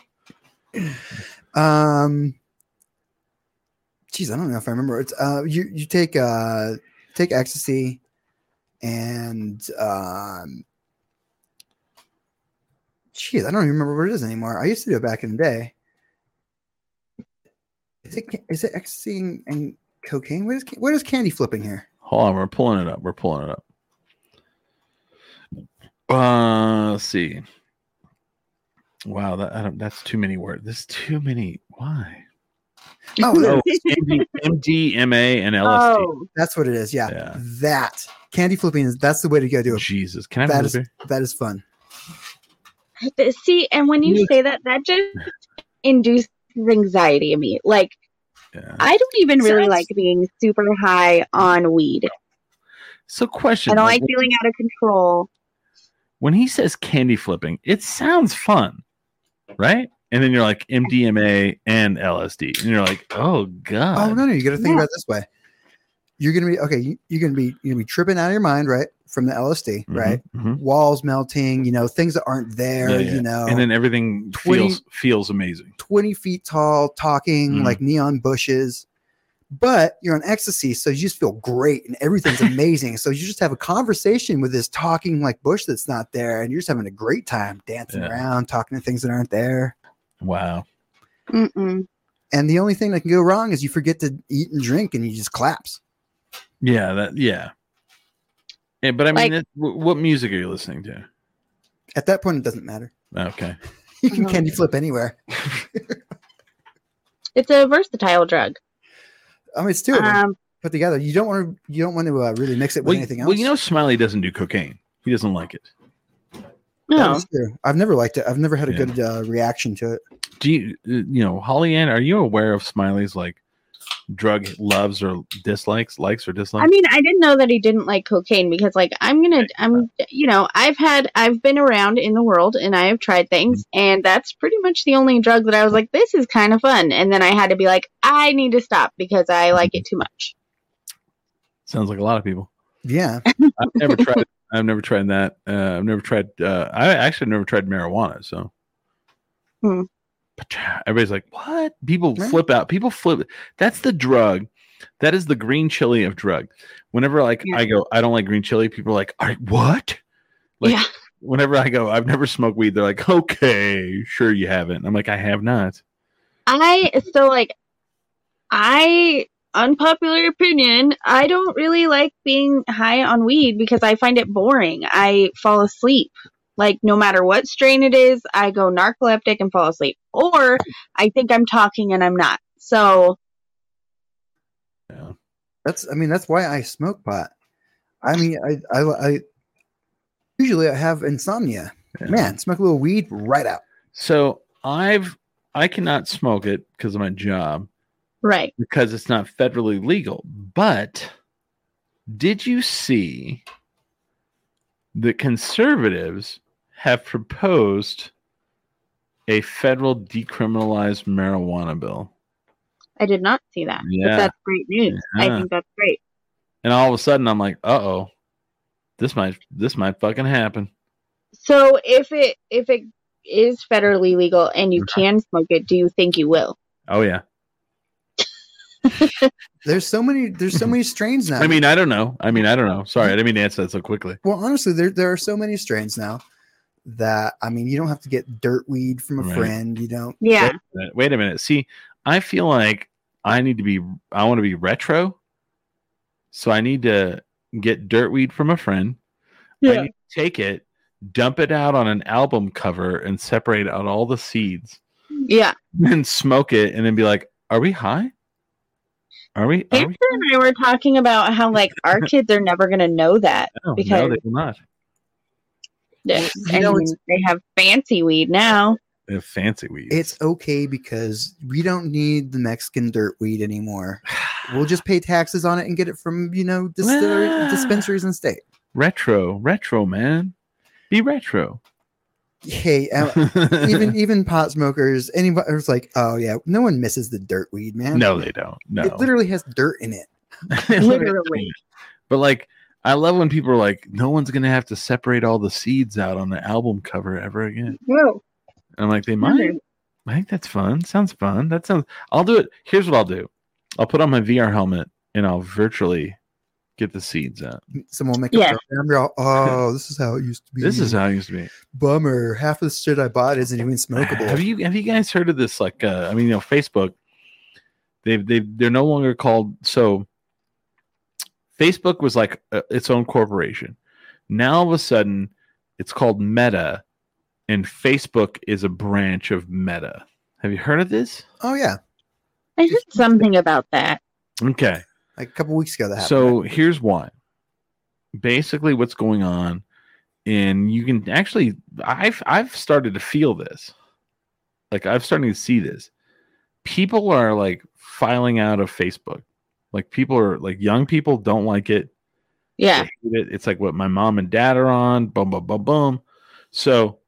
Um, geez, I don't know if I remember. It's uh, you you take uh take ecstasy, and um, geez, I don't even remember what it is anymore. I used to do it back in the day. Is it is it ecstasy and, and cocaine? What is ca- what is candy flipping here? Hold on, we're pulling it up. We're pulling it up. Uh, let's see. Wow, that I don't, that's too many words. There's too many. Why? Oh, there- Oh, MD, MDMA and LSD. Oh, that's what it is. Yeah, Yeah. that candy flipping is that's the way to go do it. Jesus, can I have That another is beer? that is fun. Th- see, and when you You- say that, that just induces anxiety in me. Like Yeah. I don't even really Sounds- like being super high on weed. So, question: I don't like, like feeling out of control. when he says candy flipping, it sounds fun, right? And then you're like MDMA and LSD, and you're like, oh god, Oh no, no, you got to think Yeah. about it this way. You're gonna be okay. You, you're gonna be you're gonna be tripping out of your mind, right, from the LSD, Mhm, right? mhm. Walls melting, you know, things that aren't there, Yeah, yeah. you know, And then everything 20 feels feels amazing. twenty feet tall, talking Mhm. like neon bushes. But you're on ecstasy, so you just feel great and everything's amazing. so you just have a conversation with this talking like bush that's not there, and you're just having a great time dancing Yeah. around, talking to things that aren't there. Wow. Mm-mm. And the only thing that can go wrong is you forget to eat and drink, and you just collapse. Yeah. That. Yeah. Yeah, but I mean, Like- that, wh- what music are you listening to? At that point, it doesn't matter. Okay. You can Mhm. candy flip anywhere. It's a versatile drug. I mean, it's two of them Um, put together. You don't want to. You don't want to uh, really mix it with Well, anything else. well, you know, Smiley doesn't do cocaine. He doesn't like it. That no, is true. I've never liked it. I've never had a Yeah. good uh, reaction to it. Do you? uh, You know, Holly Ann, are you aware of Smiley's like drug loves or dislikes, likes or dislikes? I mean, I didn't know that he didn't like cocaine because, like, I'm gonna, I'm, you know, I've had, I've been around in the world and I have tried things, and that's pretty much the only drug that I was like, this is kind of fun, and then I had to be like, I need to stop because I like it too much. Sounds like a lot of people. Yeah, I've never tried. it. I've never tried that. Uh, I've never tried. Uh, I actually never tried marijuana. So, Hmm. but uh, everybody's like, "What?" People Right. flip out. People flip. That's the drug. That is the green chili of drug. Whenever like Yeah. I go, I don't like green chili. People are like, "All right, what?" Like, yeah, Whenever I go, I've never smoked weed. They're like, "Okay, sure you haven't." I'm like, "I have not." I so like, I unpopular opinion, I don't really like being high on weed because I find it boring. I fall asleep. Like no matter what strain it is, I go narcoleptic and fall asleep. Or I think I'm talking and I'm not. So Yeah. that's. I mean, that's why I smoke pot. I mean, I, I, I usually I have insomnia. Yeah. Man, smoke a little weed right out. So I've I cannot smoke it because of my job. right. because it's not federally legal. But did you see the conservatives have proposed a federal decriminalized marijuana bill? I did not see that. Yeah. But that's great news. Yeah. I think that's great. And all of a sudden I'm like, uh oh, this might this might fucking happen. So if it if it is federally legal and you can smoke it, do you think you will? Oh yeah. There's so many. There's so many strains now. I mean, I don't know. I mean, I don't know. Sorry, I didn't mean to answer that so quickly. well, honestly, there there are so many strains now that I mean, you don't have to get dirt weed from a Right. friend. You don't. Wait Yeah. a minute. Wait a minute. See, I feel like I need to be I want to be retro. So I need to get dirtweed from a friend. I Yeah. need to take it, dump it out on an album cover and separate out all the seeds Yeah. and smoke it and then be like, are we high? Are we? Are Andrew we and I were talking about how like our kids are never gonna know that. no, no, because- they will not. Yes, You know, and it's- they have fancy weed now. They have fancy weed. It's okay because we don't need the Mexican dirt weed anymore. We'll just pay taxes on it and get it from you know Ah. distillery, dispensaries and state. retro, retro, man. Be retro. hey, uh, even even pot smokers, anybody it's like, oh yeah, no one misses the dirt weed, man. no, they don't. No, it literally has dirt in it. Literally. But like, I love when people are like, "No one's gonna have to separate all the seeds out on the album cover ever again." No. And I'm like, they might. I think that's fun. Sounds fun. That sounds. I'll do it. Here's what I'll do. I'll put on my VR helmet and I'll virtually get the seeds out. Someone will make Yeah. a program. You're all, oh, this is how it used to be. This is how it used to be. bummer. Half of the shit I bought isn't even smokable. Have you have you guys heard of this? Like, uh, I mean, you know, Facebook. They they they're no longer called so. Facebook was like uh, its own corporation. Now all of a sudden, it's called Meta, and Facebook is a branch of Meta. Have you heard of this? oh yeah, I heard something about that. Okay. like a couple weeks ago that happened. So here's why. Basically, what's going on, and you can actually, I've I've started to feel this, like I've starting to see this. People are like filing out of Facebook. Like people are like young people don't like it. Yeah. They hate it. It's like what my mom and dad are on. Boom, boom, boom, boom. So,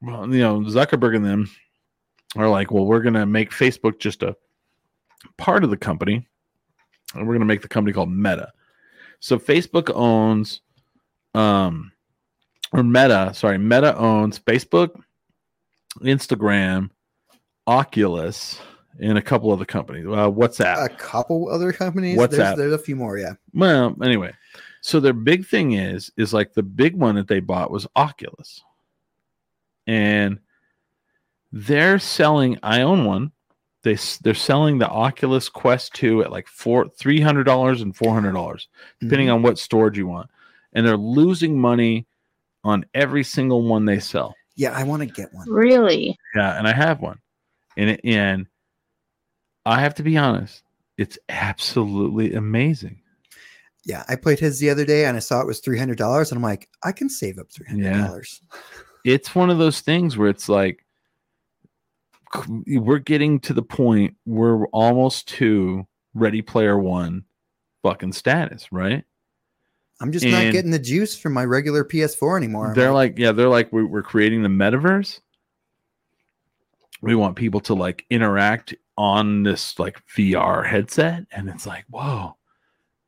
well, you know, Zuckerberg and them are like, well, we're gonna make Facebook just a part of the company, and we're gonna make the company called Meta. So Facebook owns, um, or Meta, sorry, Meta owns Facebook, Instagram, Oculus, and a couple other companies. Uh, WhatsApp. a couple other companies. What's there's, that? there's a few more. Yeah, Well, anyway, so their big thing is is like the big one that they bought was Oculus, and they're selling. I own one. They s- they're selling the Oculus Quest two at like four three hundred dollars and four hundred dollars, Mm-hmm. depending on what storage you want, and they're losing money on every single one they sell. Yeah, I want to get one. Really? Yeah, and I have one, and it, and I have to be honest, it's absolutely amazing. Yeah, I played his the other day and I saw it was three hundred dollars, and I'm like, I can save up three hundred dollars. it's one of those things where it's like c- we're getting to the point we're almost to ready player one fucking status right I'm just And- not getting the juice from my regular PS4 anymore. I'm they're like yeah they're like we- we're creating the metaverse we want people to like interact on this like vr headset and it's like whoa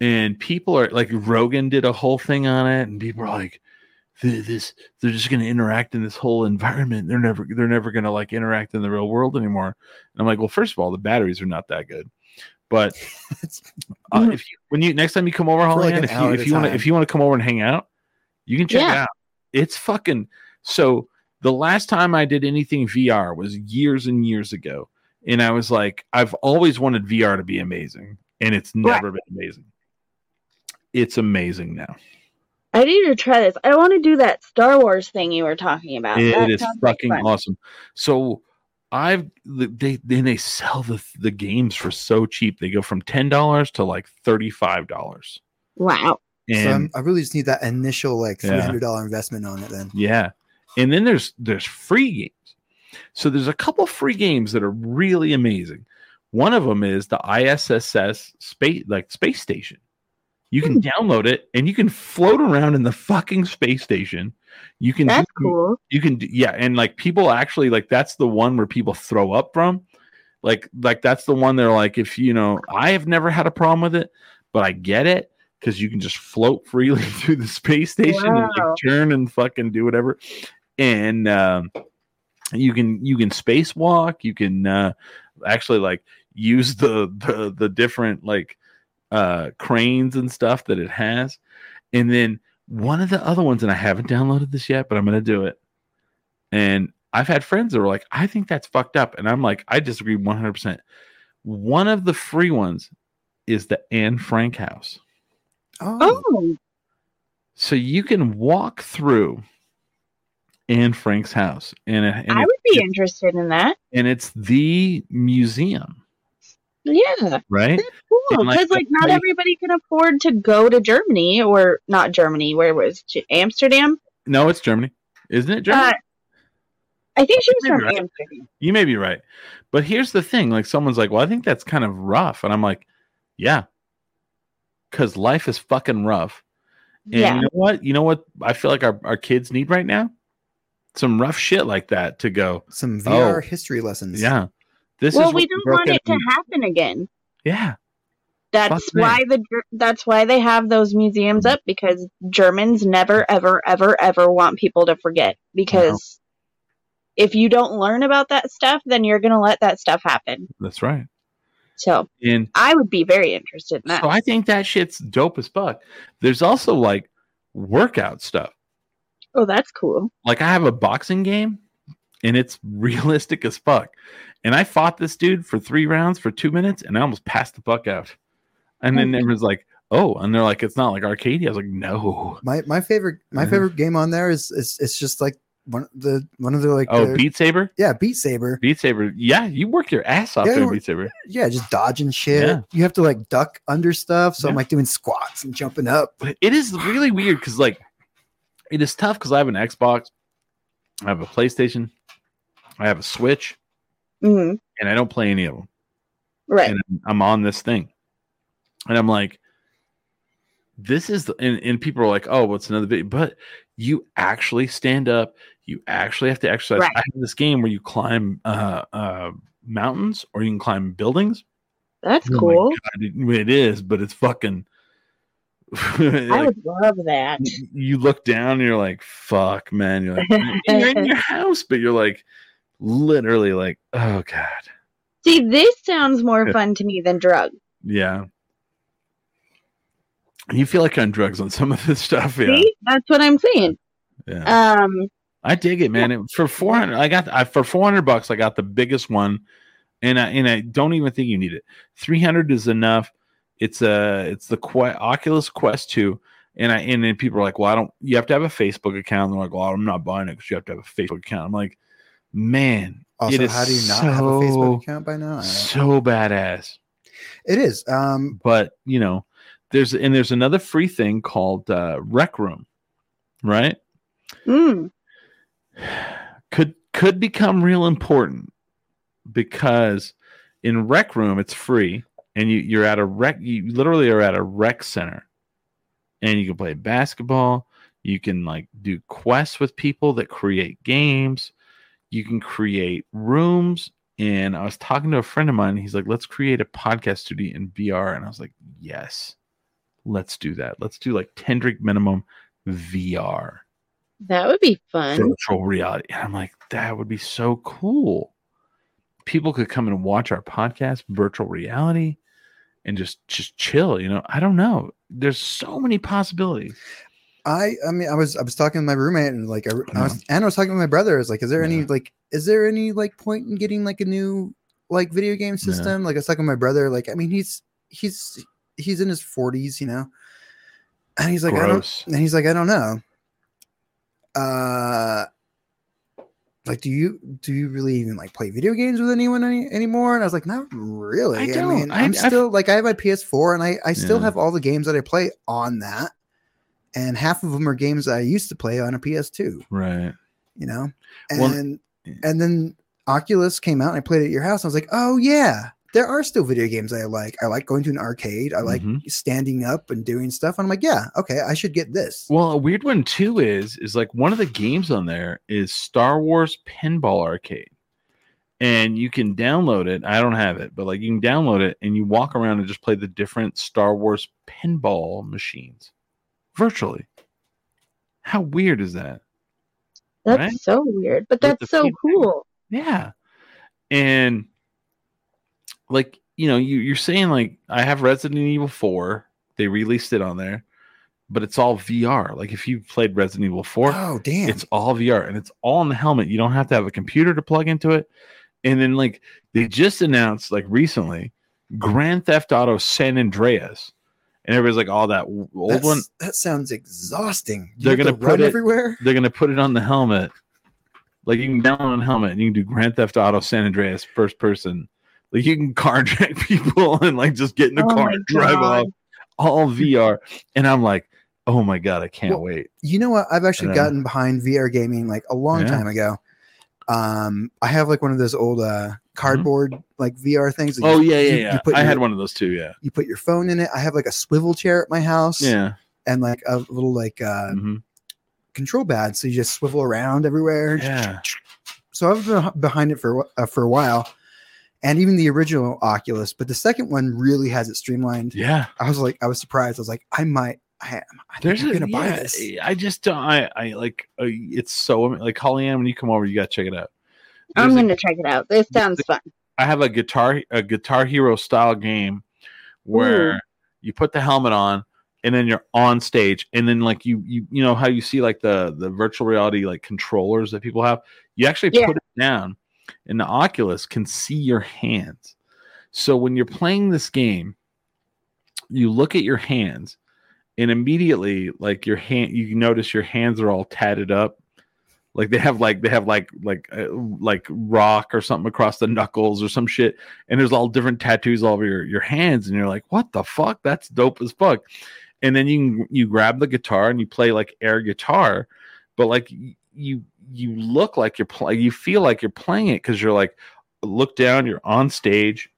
and people are like rogan did a whole thing on it and people are like "Th- this they're just going to interact in this whole environment they're never they're never going to like interact in the real world anymore and i'm like well first of all the batteries are not that good but uh, if you when you next time you come over Holly, like an if you hour at if a you want to time. if you want to come over and hang out you can check it Yeah. out it's fucking so the last time i did anything vr was years and years ago and i was like i've always wanted vr to be amazing and it's Right. never been amazing it's amazing now I need to try this. I want to do that Star Wars thing you were talking about. That it is sounds like fucking fun. awesome so i've they then they sell the the games for so cheap they go from $10 to like $35 Wow. So and I'm- i really just need that initial like Yeah. three hundred dollar investment on it. Then Yeah. And then there's there's free games. So there's a couple free games that are really amazing. One of them is the ISSS space like space station. You can download it and you can float around in the fucking space station. You can That's do- cool. you can do, yeah and like people actually like that's the one where people throw up from like like that's the one they're like if you know i have never had a problem with it but i get it because you can just float freely through the space station and Wow. like, turn and fucking do whatever and um you can you can spacewalk you can uh actually like use the the, the different like uh cranes and stuff that it has and then one of the other ones and i haven't downloaded this yet but i'm gonna do it and i've had friends that were like i think that's fucked up and i'm like i disagree 100% one of the free ones is the anne frank house oh, Oh, so you can walk through anne frank's house and, it- and, I it, would be interested in that. and it's the museum Yeah. right That's cool. And, like, Because, the like, not place- everybody can afford to go to Germany or not Germany. Where was she? Amsterdam? no it's germany isn't it germany Uh, I think she was Maybe from right. Amsterdam. you may be right but here's the thing like someone's like well i think that's kind of rough and i'm like yeah because life is fucking rough and Yeah. you know what you know what i feel like our, our kids need right now some rough shit like that to go. Some VR Oh. history lessons. Yeah, this well, is we what don't want broken- it to happen again. Yeah, That's Fuck me. why the Ger- that's why they have those museums up because Germans never ever ever ever want people to forget because if you don't learn about that stuff, then you're gonna let that stuff happen. that's right. So And I would be very interested in that. so I think that shit's dope as fuck. There's also like workout stuff. oh, that's cool. like I have a boxing game and it's realistic as fuck. And I fought this dude for three rounds for two minutes and I almost passed the fuck out. And then everyone's like, oh, and they're like, it's not like Arcadia. I was like, no. My my favorite my Yeah. favorite game on there is is it's just like one the one of the like Oh, their- Beat Saber? yeah Beat Saber Beat Saber. Yeah, you worked your ass off Yeah, there, you- Beat Saber. yeah just dodging shit. Yeah. You have to like duck under stuff, so I'm Yeah. like doing squats and jumping up. But it is really weird because, like, it is tough because I have an Xbox, I have a PlayStation, I have a Switch, Mhm. and I don't play any of them. Right. and I'm, I'm on this thing and i'm like this is the, and, and people are like oh what's another video but you actually stand up you actually have to exercise Right. i have this game where you climb uh uh mountains or you can climb buildings that's Oh my cool. God, it- it is but it's fucking I like, would love that. y- you look down and you're like fuck man you're like and you're in your house but you're like literally like oh god See, this sounds more Yeah. fun to me than drug. Yeah. You feel like you're on drugs on some of this stuff. Yeah. See, that's what I'm saying. Yeah. Um, I dig it, man. It, for 400, I got, I, for 400 bucks, I got the biggest one. And I, and I don't even think you need it. 300 is enough. It's a, it's the que- Oculus Quest 2. And I, and then people are like, well, I don't, you have to have a Facebook account. And they're like, well, I'm not buying it because you have to have a Facebook account. I'm like, man, It Also, is how do you not have a Facebook so- account by now? I don't- so badass. It is. Um, but you know there's and there's another free thing called uh, rec room right mm, could could become real important because in rec room it's free and you you're at a rec you literally are at a rec center and you can play basketball you can like do quests with people that create games you can create rooms and i was talking to a friend of mine he's like let's create a podcast studio in vr and i was like yes let's do that let's do like 10 drink minimum vr that would be fun. virtual reality. And I'm like, that would be so cool. People could come and watch our podcast, virtual reality, and just just chill. You know, I don't know. There's so many possibilities. I, I mean, I was, I was talking to my roommate and like, I, I was, and I was talking to my brother. I was like, is there any Uh-huh. Yeah. like, is there any like point in getting like a new like video game system? Like I was talking to my brother. Like I mean, he's he's he's in his forties, you know, and he's like, I don't, Gross. and he's like, I don't know. Uh, like, do you do you really even like play video games with anyone any, anymore? And I was like, not really. I don't. mean, I- I'm I've- still like, I have my PS4, and I I still Yeah. have all the games that I play on that, and half of them are games that I used to play on a PS2. You Right. know, and Well- and then Oculus came out, and I played it at your house. And I was like, oh yeah. There are still video games that I like. I like going to an arcade. I like Mhm. standing up and doing stuff. And I'm like, yeah, okay, I should get this. Well, a weird one too is is like one of the games on there is Star Wars Pinball Arcade. And you can download it. I don't have it, but like you can download it and you walk around and just play the different Star Wars pinball machines virtually. How weird is that? That's Right? so weird, but With that's the so feedback. cool. Yeah. And like, you know, you, you're saying like I have Resident Evil 4. They released it on there, but it's all VR. Like if you played Resident Evil 4, Oh damn! it's all VR and it's all in the helmet. You don't have to have a computer to plug into it. And then like they just announced like recently Grand Theft Auto San Andreas. And everybody's like, all that w- old That's- one, That sounds exhausting. You They're have to gonna put run it- everywhere. they're gonna put it on the helmet. Like you can download on the helmet and you can do Grand Theft Auto San Andreas first person. Like you can carjack people and like just get in the Oh car my and drive God. off. All VR. And I'm like, oh my god, I can't Well, wait. You know what? I've actually Yeah. gotten behind VR gaming like a long Yeah. time ago. Um, I have like one of those old uh cardboard like VR things. that Mm-hmm. Oh you, yeah, yeah, you- yeah. You put I your, had one of those too. Yeah, You put your phone in it. I have like a swivel chair at my house. yeah. And like a little like uh, mhm. control pad, so you just swivel around everywhere. Yeah. So I've been behind it for a- uh, for a while, and even the original Oculus, but the second one really has it streamlined. Yeah. I was like, I was surprised. I was like, I might, I, I think There's I'm a, gonna buy yeah, this. I just don't. I, I like. Uh, it's so am- like Holly Ann. When you come over, you gotta check it out. I'm There's a- going to check it out. This sounds fun. I have a guitar a Guitar Hero style game where you put the helmet on and then you're on stage and then like you you you know how you see like the the virtual reality like controllers that people have you actually Yeah. put it down and the Oculus can see your hands. So when you're playing this game you look at your hands and immediately like your hand you notice your hands are all tatted up like they have like they have like like uh, like rock or something across the knuckles or some shit and there's all different tattoos all over your, your hands and you're like what the fuck that's dope as fuck and then you can, you grab the guitar and you play like air guitar but like y- you you look like you're playing you feel like you're playing it because you're like look down you're on stage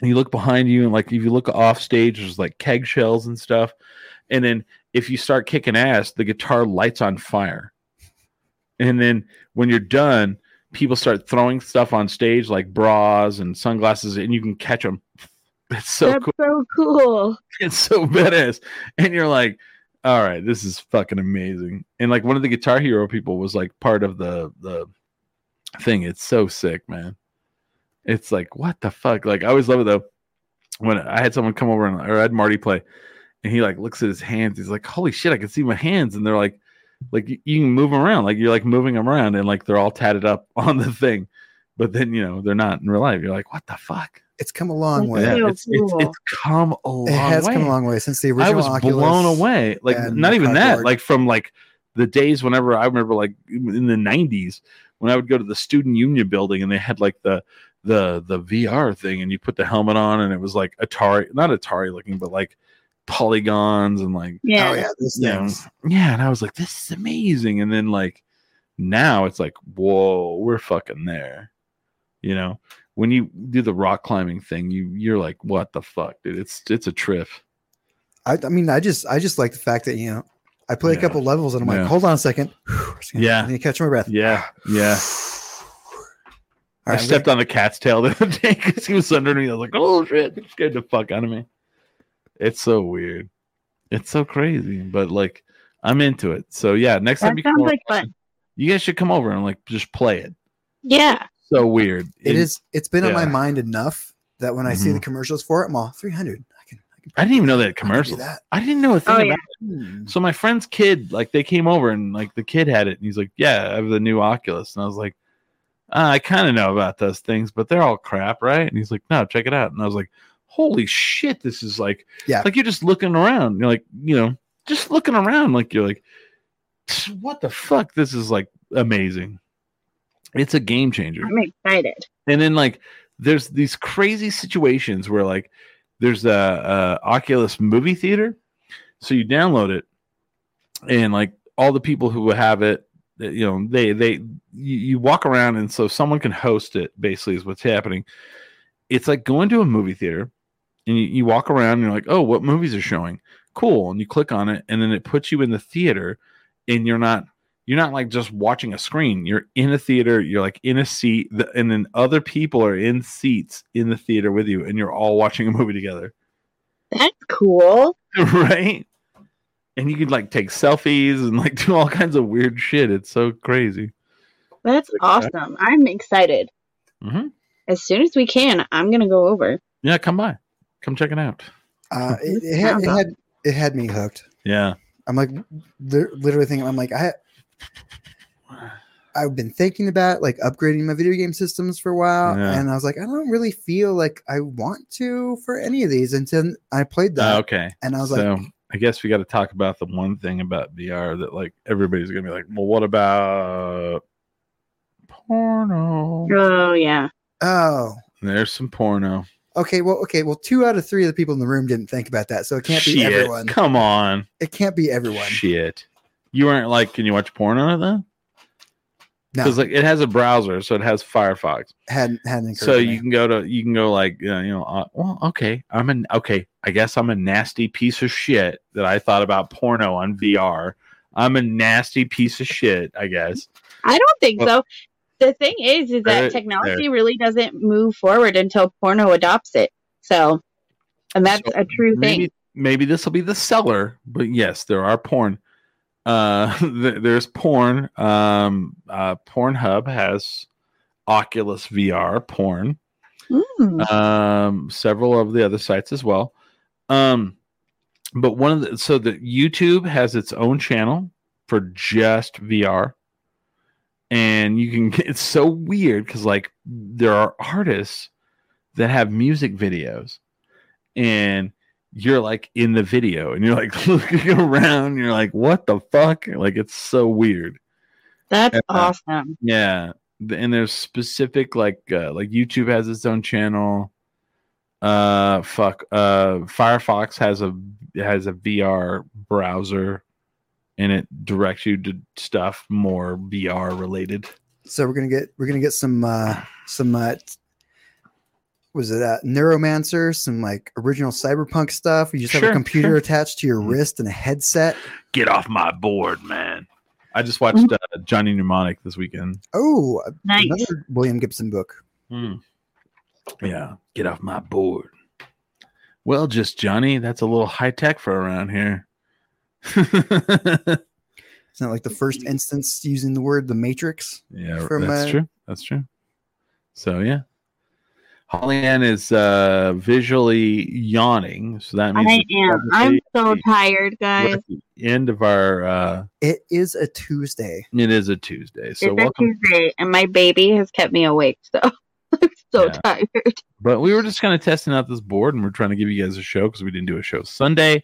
and you look behind you and like if you look off stage there's like keg shells and stuff and then if you start kicking ass the guitar lights on fire and then when you're done people start throwing stuff on stage like bras and sunglasses and you can catch them it's so That's cool so cool. it's so badass. And you're like, all right, this is fucking amazing. And like one of the Guitar Hero people was like part of the the thing. It's so sick, man. It's like what the fuck. Like I always love it though. When I had someone come over and or I had Marty play, and he like looks at his hands. He's like, holy shit, I can see my hands. And they're like, like you you can move 'em around. Like you're like moving 'em around, and like they're all tatted up on the thing. But then you know they're not in real life. You're like, what the fuck? It's come a long Yeah. way. Yeah, So it's, it's cool. it's come a long It has way. come a long way since the I original was Oculus. blown away. Like and not even that. cardboard. Like from like the days whenever I remember like in the nineties when I would go to the student union building and they had like the the the VR thing and you put the helmet on and it was like Atari not Atari looking but like polygons and like Yeah. Oh yeah, those Yeah. things. yeah and I was like this is amazing and then like now it's like whoa we're fucking there you know when you do the rock climbing thing you you're like what the fuck dude it's it's a trip I, I mean, I just I just like the fact that you know I play a Yeah. couple levels and I'm Yeah. like, hold on a second. Yeah. And you catch my breath. yeah yeah All I right, stepped on the cat's tail the other day because he was under me. I was like, "Oh shit!" It scared the fuck out of me. It's so weird. It's so crazy, but like, I'm into it. So yeah, next That time you come sounds over, like fun. you guys should come over and like just play it. Yeah. So weird. it is. It's been on my yeah. mind enough that when I see Mhm. the commercials for it, I'm all 300. I can. I can I didn't even know they had I can do commercials. that. I didn't know a thing Oh, about yeah. Hmm. So my friend's kid, like they came over and like the kid had it, and he's like, "Yeah, I have the new Oculus," and I was like, uh, "I kind of know about those things, but they're all crap, right?" And he's like, "No, check it out," and I was like, "Holy shit, this is like, Yeah. like you're just looking around, you're like, you know, just looking around, like you're like, what the fuck, this is like amazing." It's a game changer I'm excited. and then like there's these crazy situations where like there's a, a oculus movie theater so you download it and like all the people who have it that, you know they they you, you walk around and so someone can host it basically is what's happening it's like going to a movie theater and you, you walk around and you're like oh what movies are showing cool and you click on it and then it puts you in the theater and you're not you're not like just watching a screen you're in a theater you're like in a seat th- and then other people are in seats in the theater with you and you're all watching a movie together That's cool. right and you could like take selfies and like do all kinds of weird shit it's so crazy That's Exactly. awesome. I'm excited. Mhm. As soon as we can, I'm going to go over. yeah come by come check it out Uh, it, it, had, it had it had me hooked. yeah I'm like li- literally thinking. I'm like I. I've been thinking about like upgrading my video game systems for a while, Yeah. and I was like, I don't really feel like I want to for any of these until I played that, Uh, okay and I was like, Oh, so i guess we got to talk about the one thing about vr that like everybody's gonna be like well what about porno Oh, yeah. oh, there's some porno okay, well, okay, well, two out of three of the people in the room didn't think about that, so it can't be Shit, everyone. come on It can't be everyone. Shit. You weren't like, can you watch porn on it then? No, Because like it has a browser, so it has Firefox. hadn't hadn't encouraged So you me. can go to you can go like uh, you know uh, well okay I'm an okay I guess I'm a nasty piece of shit that I thought about porno on VR. I'm a nasty piece of shit, I guess. I don't think so. The thing is, is that Right technology really doesn't move forward until porno adopts it. So, and that's So a true maybe, thing. Maybe this will be the seller, but yes, there are porn. Uh, th- there's porn. Um, uh, Pornhub has Oculus VR porn. Mm. Um, several of the other sites as well. Um, but one of the so the YouTube has its own channel for just VR, and you can. get- It's so weird because like there are artists that have music videos, and you're like in the video, and you're like looking around, and you're like, what the fuck? Like it's so weird. That's yeah. awesome. Yeah, th- and there's specific like uh, like YouTube has its own channel. Uh, fuck. Uh, Firefox has a has a VR browser, and it directs you to stuff more VR related. So we're gonna get we're gonna get some uh some uh t- was it that neuromancer, some like original cyberpunk stuff. You just have Sure, a computer sure. attached to your Mhm. wrist and a headset. Get off my board, man. I just watched uh, Johnny Mnemonic this weekend. Oh, Nice. another William Gibson book. Hmm. Yeah, get off my board. Well, just Johnny. That's a little high tech for around here. It's not like the first Mm-hmm. instance using the word the matrix. Yeah, from, that's uh, true. That's true. So yeah, Holly Ann is uh, visually yawning, so that means I it's am. I'm so probably tired, guys. we're at the end of our. Uh, It is a Tuesday. it is a Tuesday, so it's a welcome. Tuesday, and my baby has kept me awake, so I'm so Yeah. tired. But we were just kind of testing out this board, and we're trying to give you guys a show because we didn't do a show Sunday.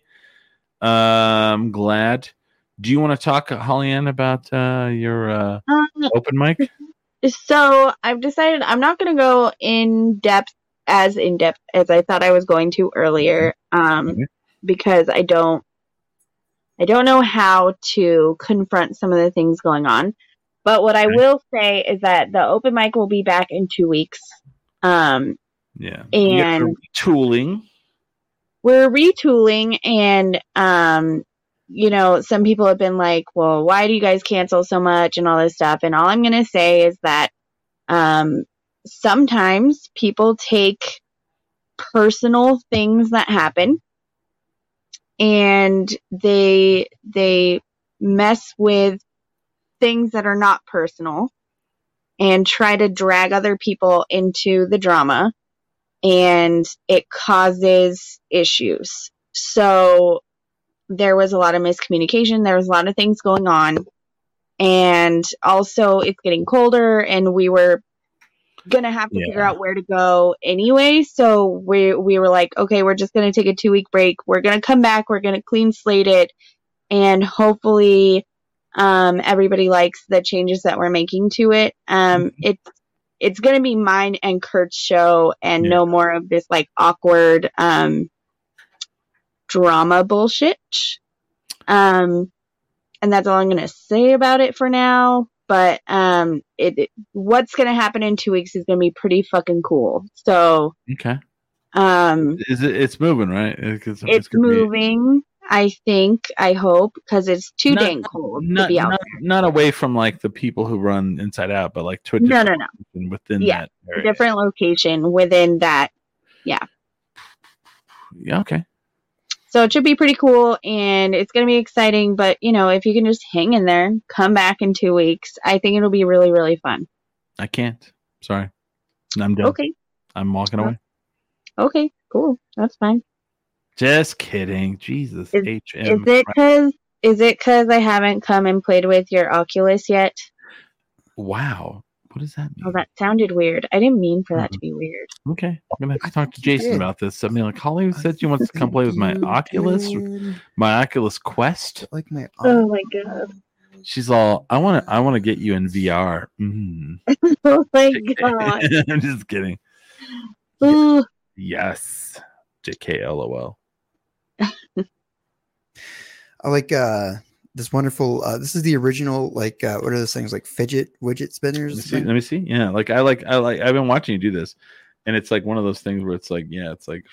Um, glad. Do you want to talk, Holly Ann, about uh, your uh, Um, open mic? so I've decided I'm not going to go in depth as in depth as I thought I was going to earlier, Mm-hmm. um, Okay. because I don't, I don't know how to confront some of the things going on. But what I Okay. will say is that the open mic will be back in two weeks. Um, Yeah, And- tooling. we're retooling and um you know some people have been like well why do you guys cancel so much and all this stuff and all i'm going to say is that um sometimes people take personal things that happen and they they mess with things that are not personal and try to drag other people into the drama and it causes issues. So there was a lot of miscommunication, there was a lot of things going on. And also it's getting colder and we were gonna have to Yeah. figure out where to go anyway. So we we were like, okay, we're just gonna take a two week break. We're gonna come back, we're gonna clean slate it and hopefully um, everybody likes the changes that we're making to it. Um, it's it's gonna be mine and Kurt's show, and no more of this like awkward um, drama bullshit. Um, and that's all I'm gonna say about it for now. But um, it, it what's gonna happen in two weeks is gonna be pretty fucking cool. So Okay, um, is it? It's moving, right? It's, it's it's gonna be- moving. I think. I hope because it's too Not- dang cold to not, be out not, not away from like the people who run inside out but like to a No, different no, no. location within Yeah, that area. Different location within that. yeah okay So it should be pretty cool and it's going to be exciting. But, you know, if you can just hang in there, come back in two weeks, I think it'll be really, really fun. i can't sorry i'm done Okay. i'm walking away Okay. Cool. That's fine. just kidding jesus Is- Is hm it because. Is it because I haven't come and played with your Oculus yet? wow what does that mean Oh, that sounded weird. I didn't mean for that Mm-hmm. to be weird. okay i'm gonna have I to talk think to you jason did. about this i mean like holly said she wants to come play with my You oculus did. my oculus quest Like my Oh my god! she's all i want to i want to get you in vr mm. Oh my god! i'm just kidding Ooh. yes jklol I like uh this wonderful uh this is the original like uh what are those things like fidget widget Let me spinners? see. Let me see. Yeah, like I like I like I've been watching you do this, and it's like one of those things where it's like yeah, it's like.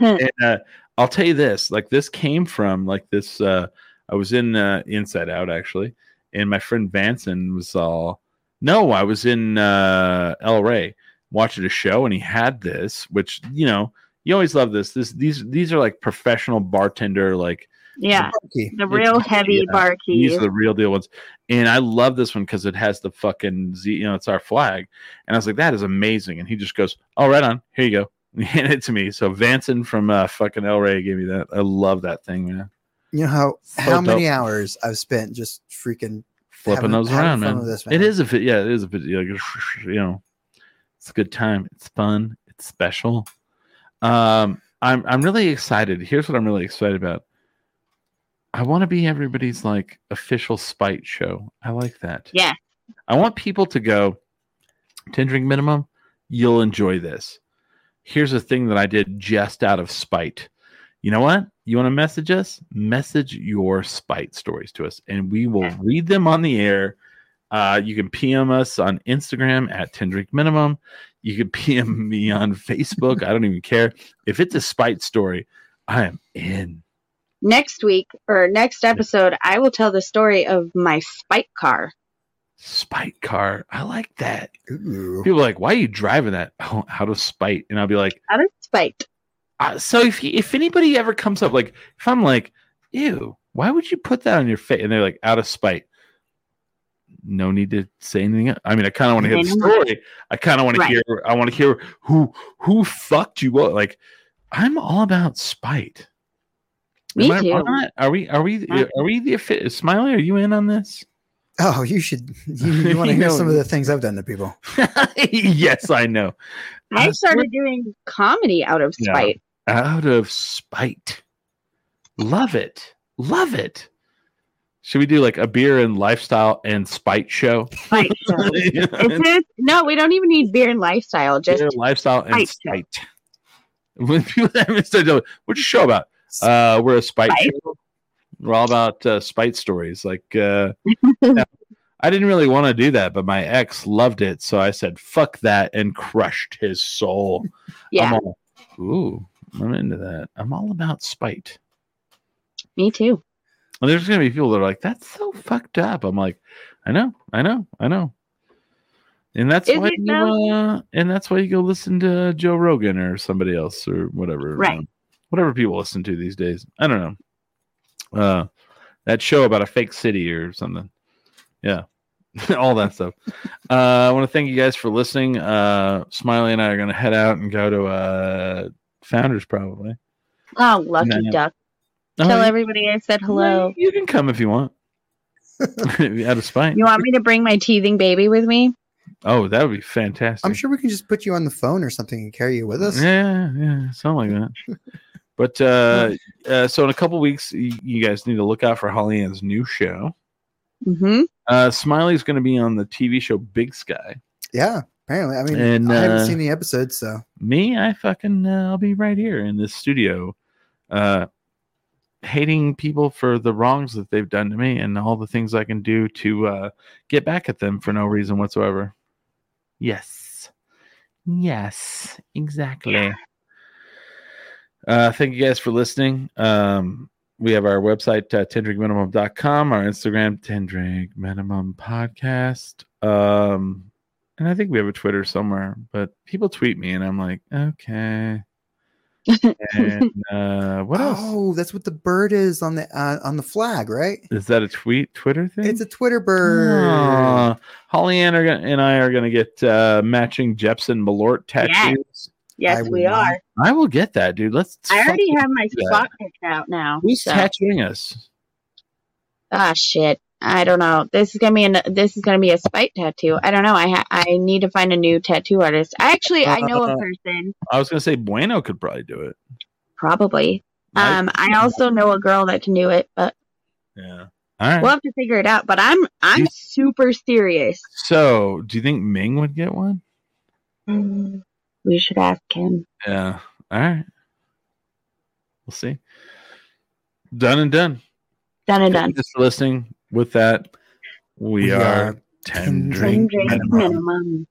And, uh, I'll tell you this, like this came from like this. uh I was in uh, Inside Out actually, and my friend Vanson was all, no, I was in uh, El Rey watching a show, and he had this, which you know, you always love this. This these these are like professional bartender like Yeah. Okay. The real heavy yeah. bar these keys. are the real deal ones. And I love this one because it has the fucking Z, you know, it's our flag. And I was like, that is amazing. And he just goes, oh, right on. Here you go. And he handed it to me. So Vanson from uh, fucking El Rey gave me that. I love that thing, man. You know how So how many dope. hours I've spent just freaking Flipping Having- those having around, fun man. with this, It man. is a fit. Yeah, it is a fit. yeah, like, you know, it's a good time. It's fun. It's special. Um, I'm I'm really excited. Here's what I'm really excited about. I want to be everybody's like official spite show. I like that. Yeah. I want people to go 10 drink minimum. You'll enjoy this. Here's a thing that I did just out of spite. You know what? You want to message us? Message your spite stories to us, and we will read them on the air. Uh, you can PM us on Instagram at 10 drink minimum. You can PM me on Facebook. I don't even care. If it's a spite story, I am in. Next week or next episode, I will tell the story of my spike car. Spite car. I like that. ooh. People are like, why are you driving that? Oh, out of spite. And I'll be like, Out of spite. uh, so if you- if anybody ever comes up like if I'm like, ew, why would you put that on your face? And they're like, out of spite. No need to say anything. else. I mean, I kind of want to hear the story. I kind of want Mm-hmm. Right. to hear. I want to hear who who fucked you up. Like, I'm all about spite. Me Am I too. wrong? Are we? Are we? Yeah. Are we the offi- Smiley? Are you in on this? Oh, you should. You, you want to You hear know- some of the things I've done to people? yes, I know. I Uh, started doing comedy out of Yeah. spite. out of spite. Love it. Love it. Should we do like a beer and lifestyle and spite show? Spite show. It's just- no, we don't even need beer and lifestyle. Just beer, lifestyle and spite show. spite. When people have said, what's your show about? Uh, we're a spite, Spite. show. We're all about uh, spite stories. Like, uh, yeah, I didn't really want to do that, but my ex loved it. So I said, fuck that and crushed his soul. yeah, I'm all, Ooh, I'm into that. I'm all about spite. me too. And there's gonna be people that are like, "That's so fucked up." I'm like, "I know, I know, I know." And that's Is why it you, though? uh, and that's why you go listen to Joe Rogan or somebody else or whatever, Right. um, whatever people listen to these days. I don't know. Uh, that show about a fake city or something. Yeah, all that stuff. uh, I want to thank you guys for listening. Uh, Smiley and I are gonna head out and go to uh, Founders probably. Oh, lucky No, no. duck. Oh, Tell yeah. everybody I said hello. You can come if you want. Out of spite. You want me to bring my teething baby with me? Oh, that would be fantastic. I'm sure we can just put you on the phone or something and carry you with us. Yeah, yeah, something like that. But uh, uh, so in a couple weeks, y- you guys need to look out for Holly Ann's new show. Mm-hmm. Uh, Smiley's going to be on the TV show Big Sky. Yeah, apparently. I mean, And, I uh, haven't seen the episode, so Me, I fucking uh, I'll be right here in this studio, uh, hating people for the wrongs that they've done to me and all the things I can do to uh, get back at them for no reason whatsoever. Yes, yes, exactly. Uh, thank you guys for listening. Um, we have our website, uh, 10drinkminimum.com, our Instagram, 10 drink minimum podcast. Um, and I think we have a Twitter somewhere, but people tweet me and I'm like, okay. and uh, what else? Oh, that's what the bird is on the uh, on the flag, right? Is that a tweet, Twitter thing? It's a Twitter bird. Aw. Holly Ann are gonna, and I are going to get uh, matching Jepson Malort Yes. tattoos. I Yes, would we not. are. I will get that, dude. Let's. I already fucking have my do that. spot picked out now. Who's so- tattooing us? Ah, shit. I don't know. This is gonna be an, this is gonna be a spite tattoo. I don't know. I ha- I need to find a new tattoo artist. I actually I Uh, know a person I was going to say Bueno could probably do it. probably. I- Um, I also know a girl that can do it, but yeah. All right. we'll have to figure it out. But I'm I'm You- super serious. so, do you think Ming would get one? Mm-hmm. We should ask him. Yeah. All right. We'll see. Done and done. Done Thank and done. you guys for listening. With that, we, We are, are 10 Drink Drink drink minimum. minimum. minimum.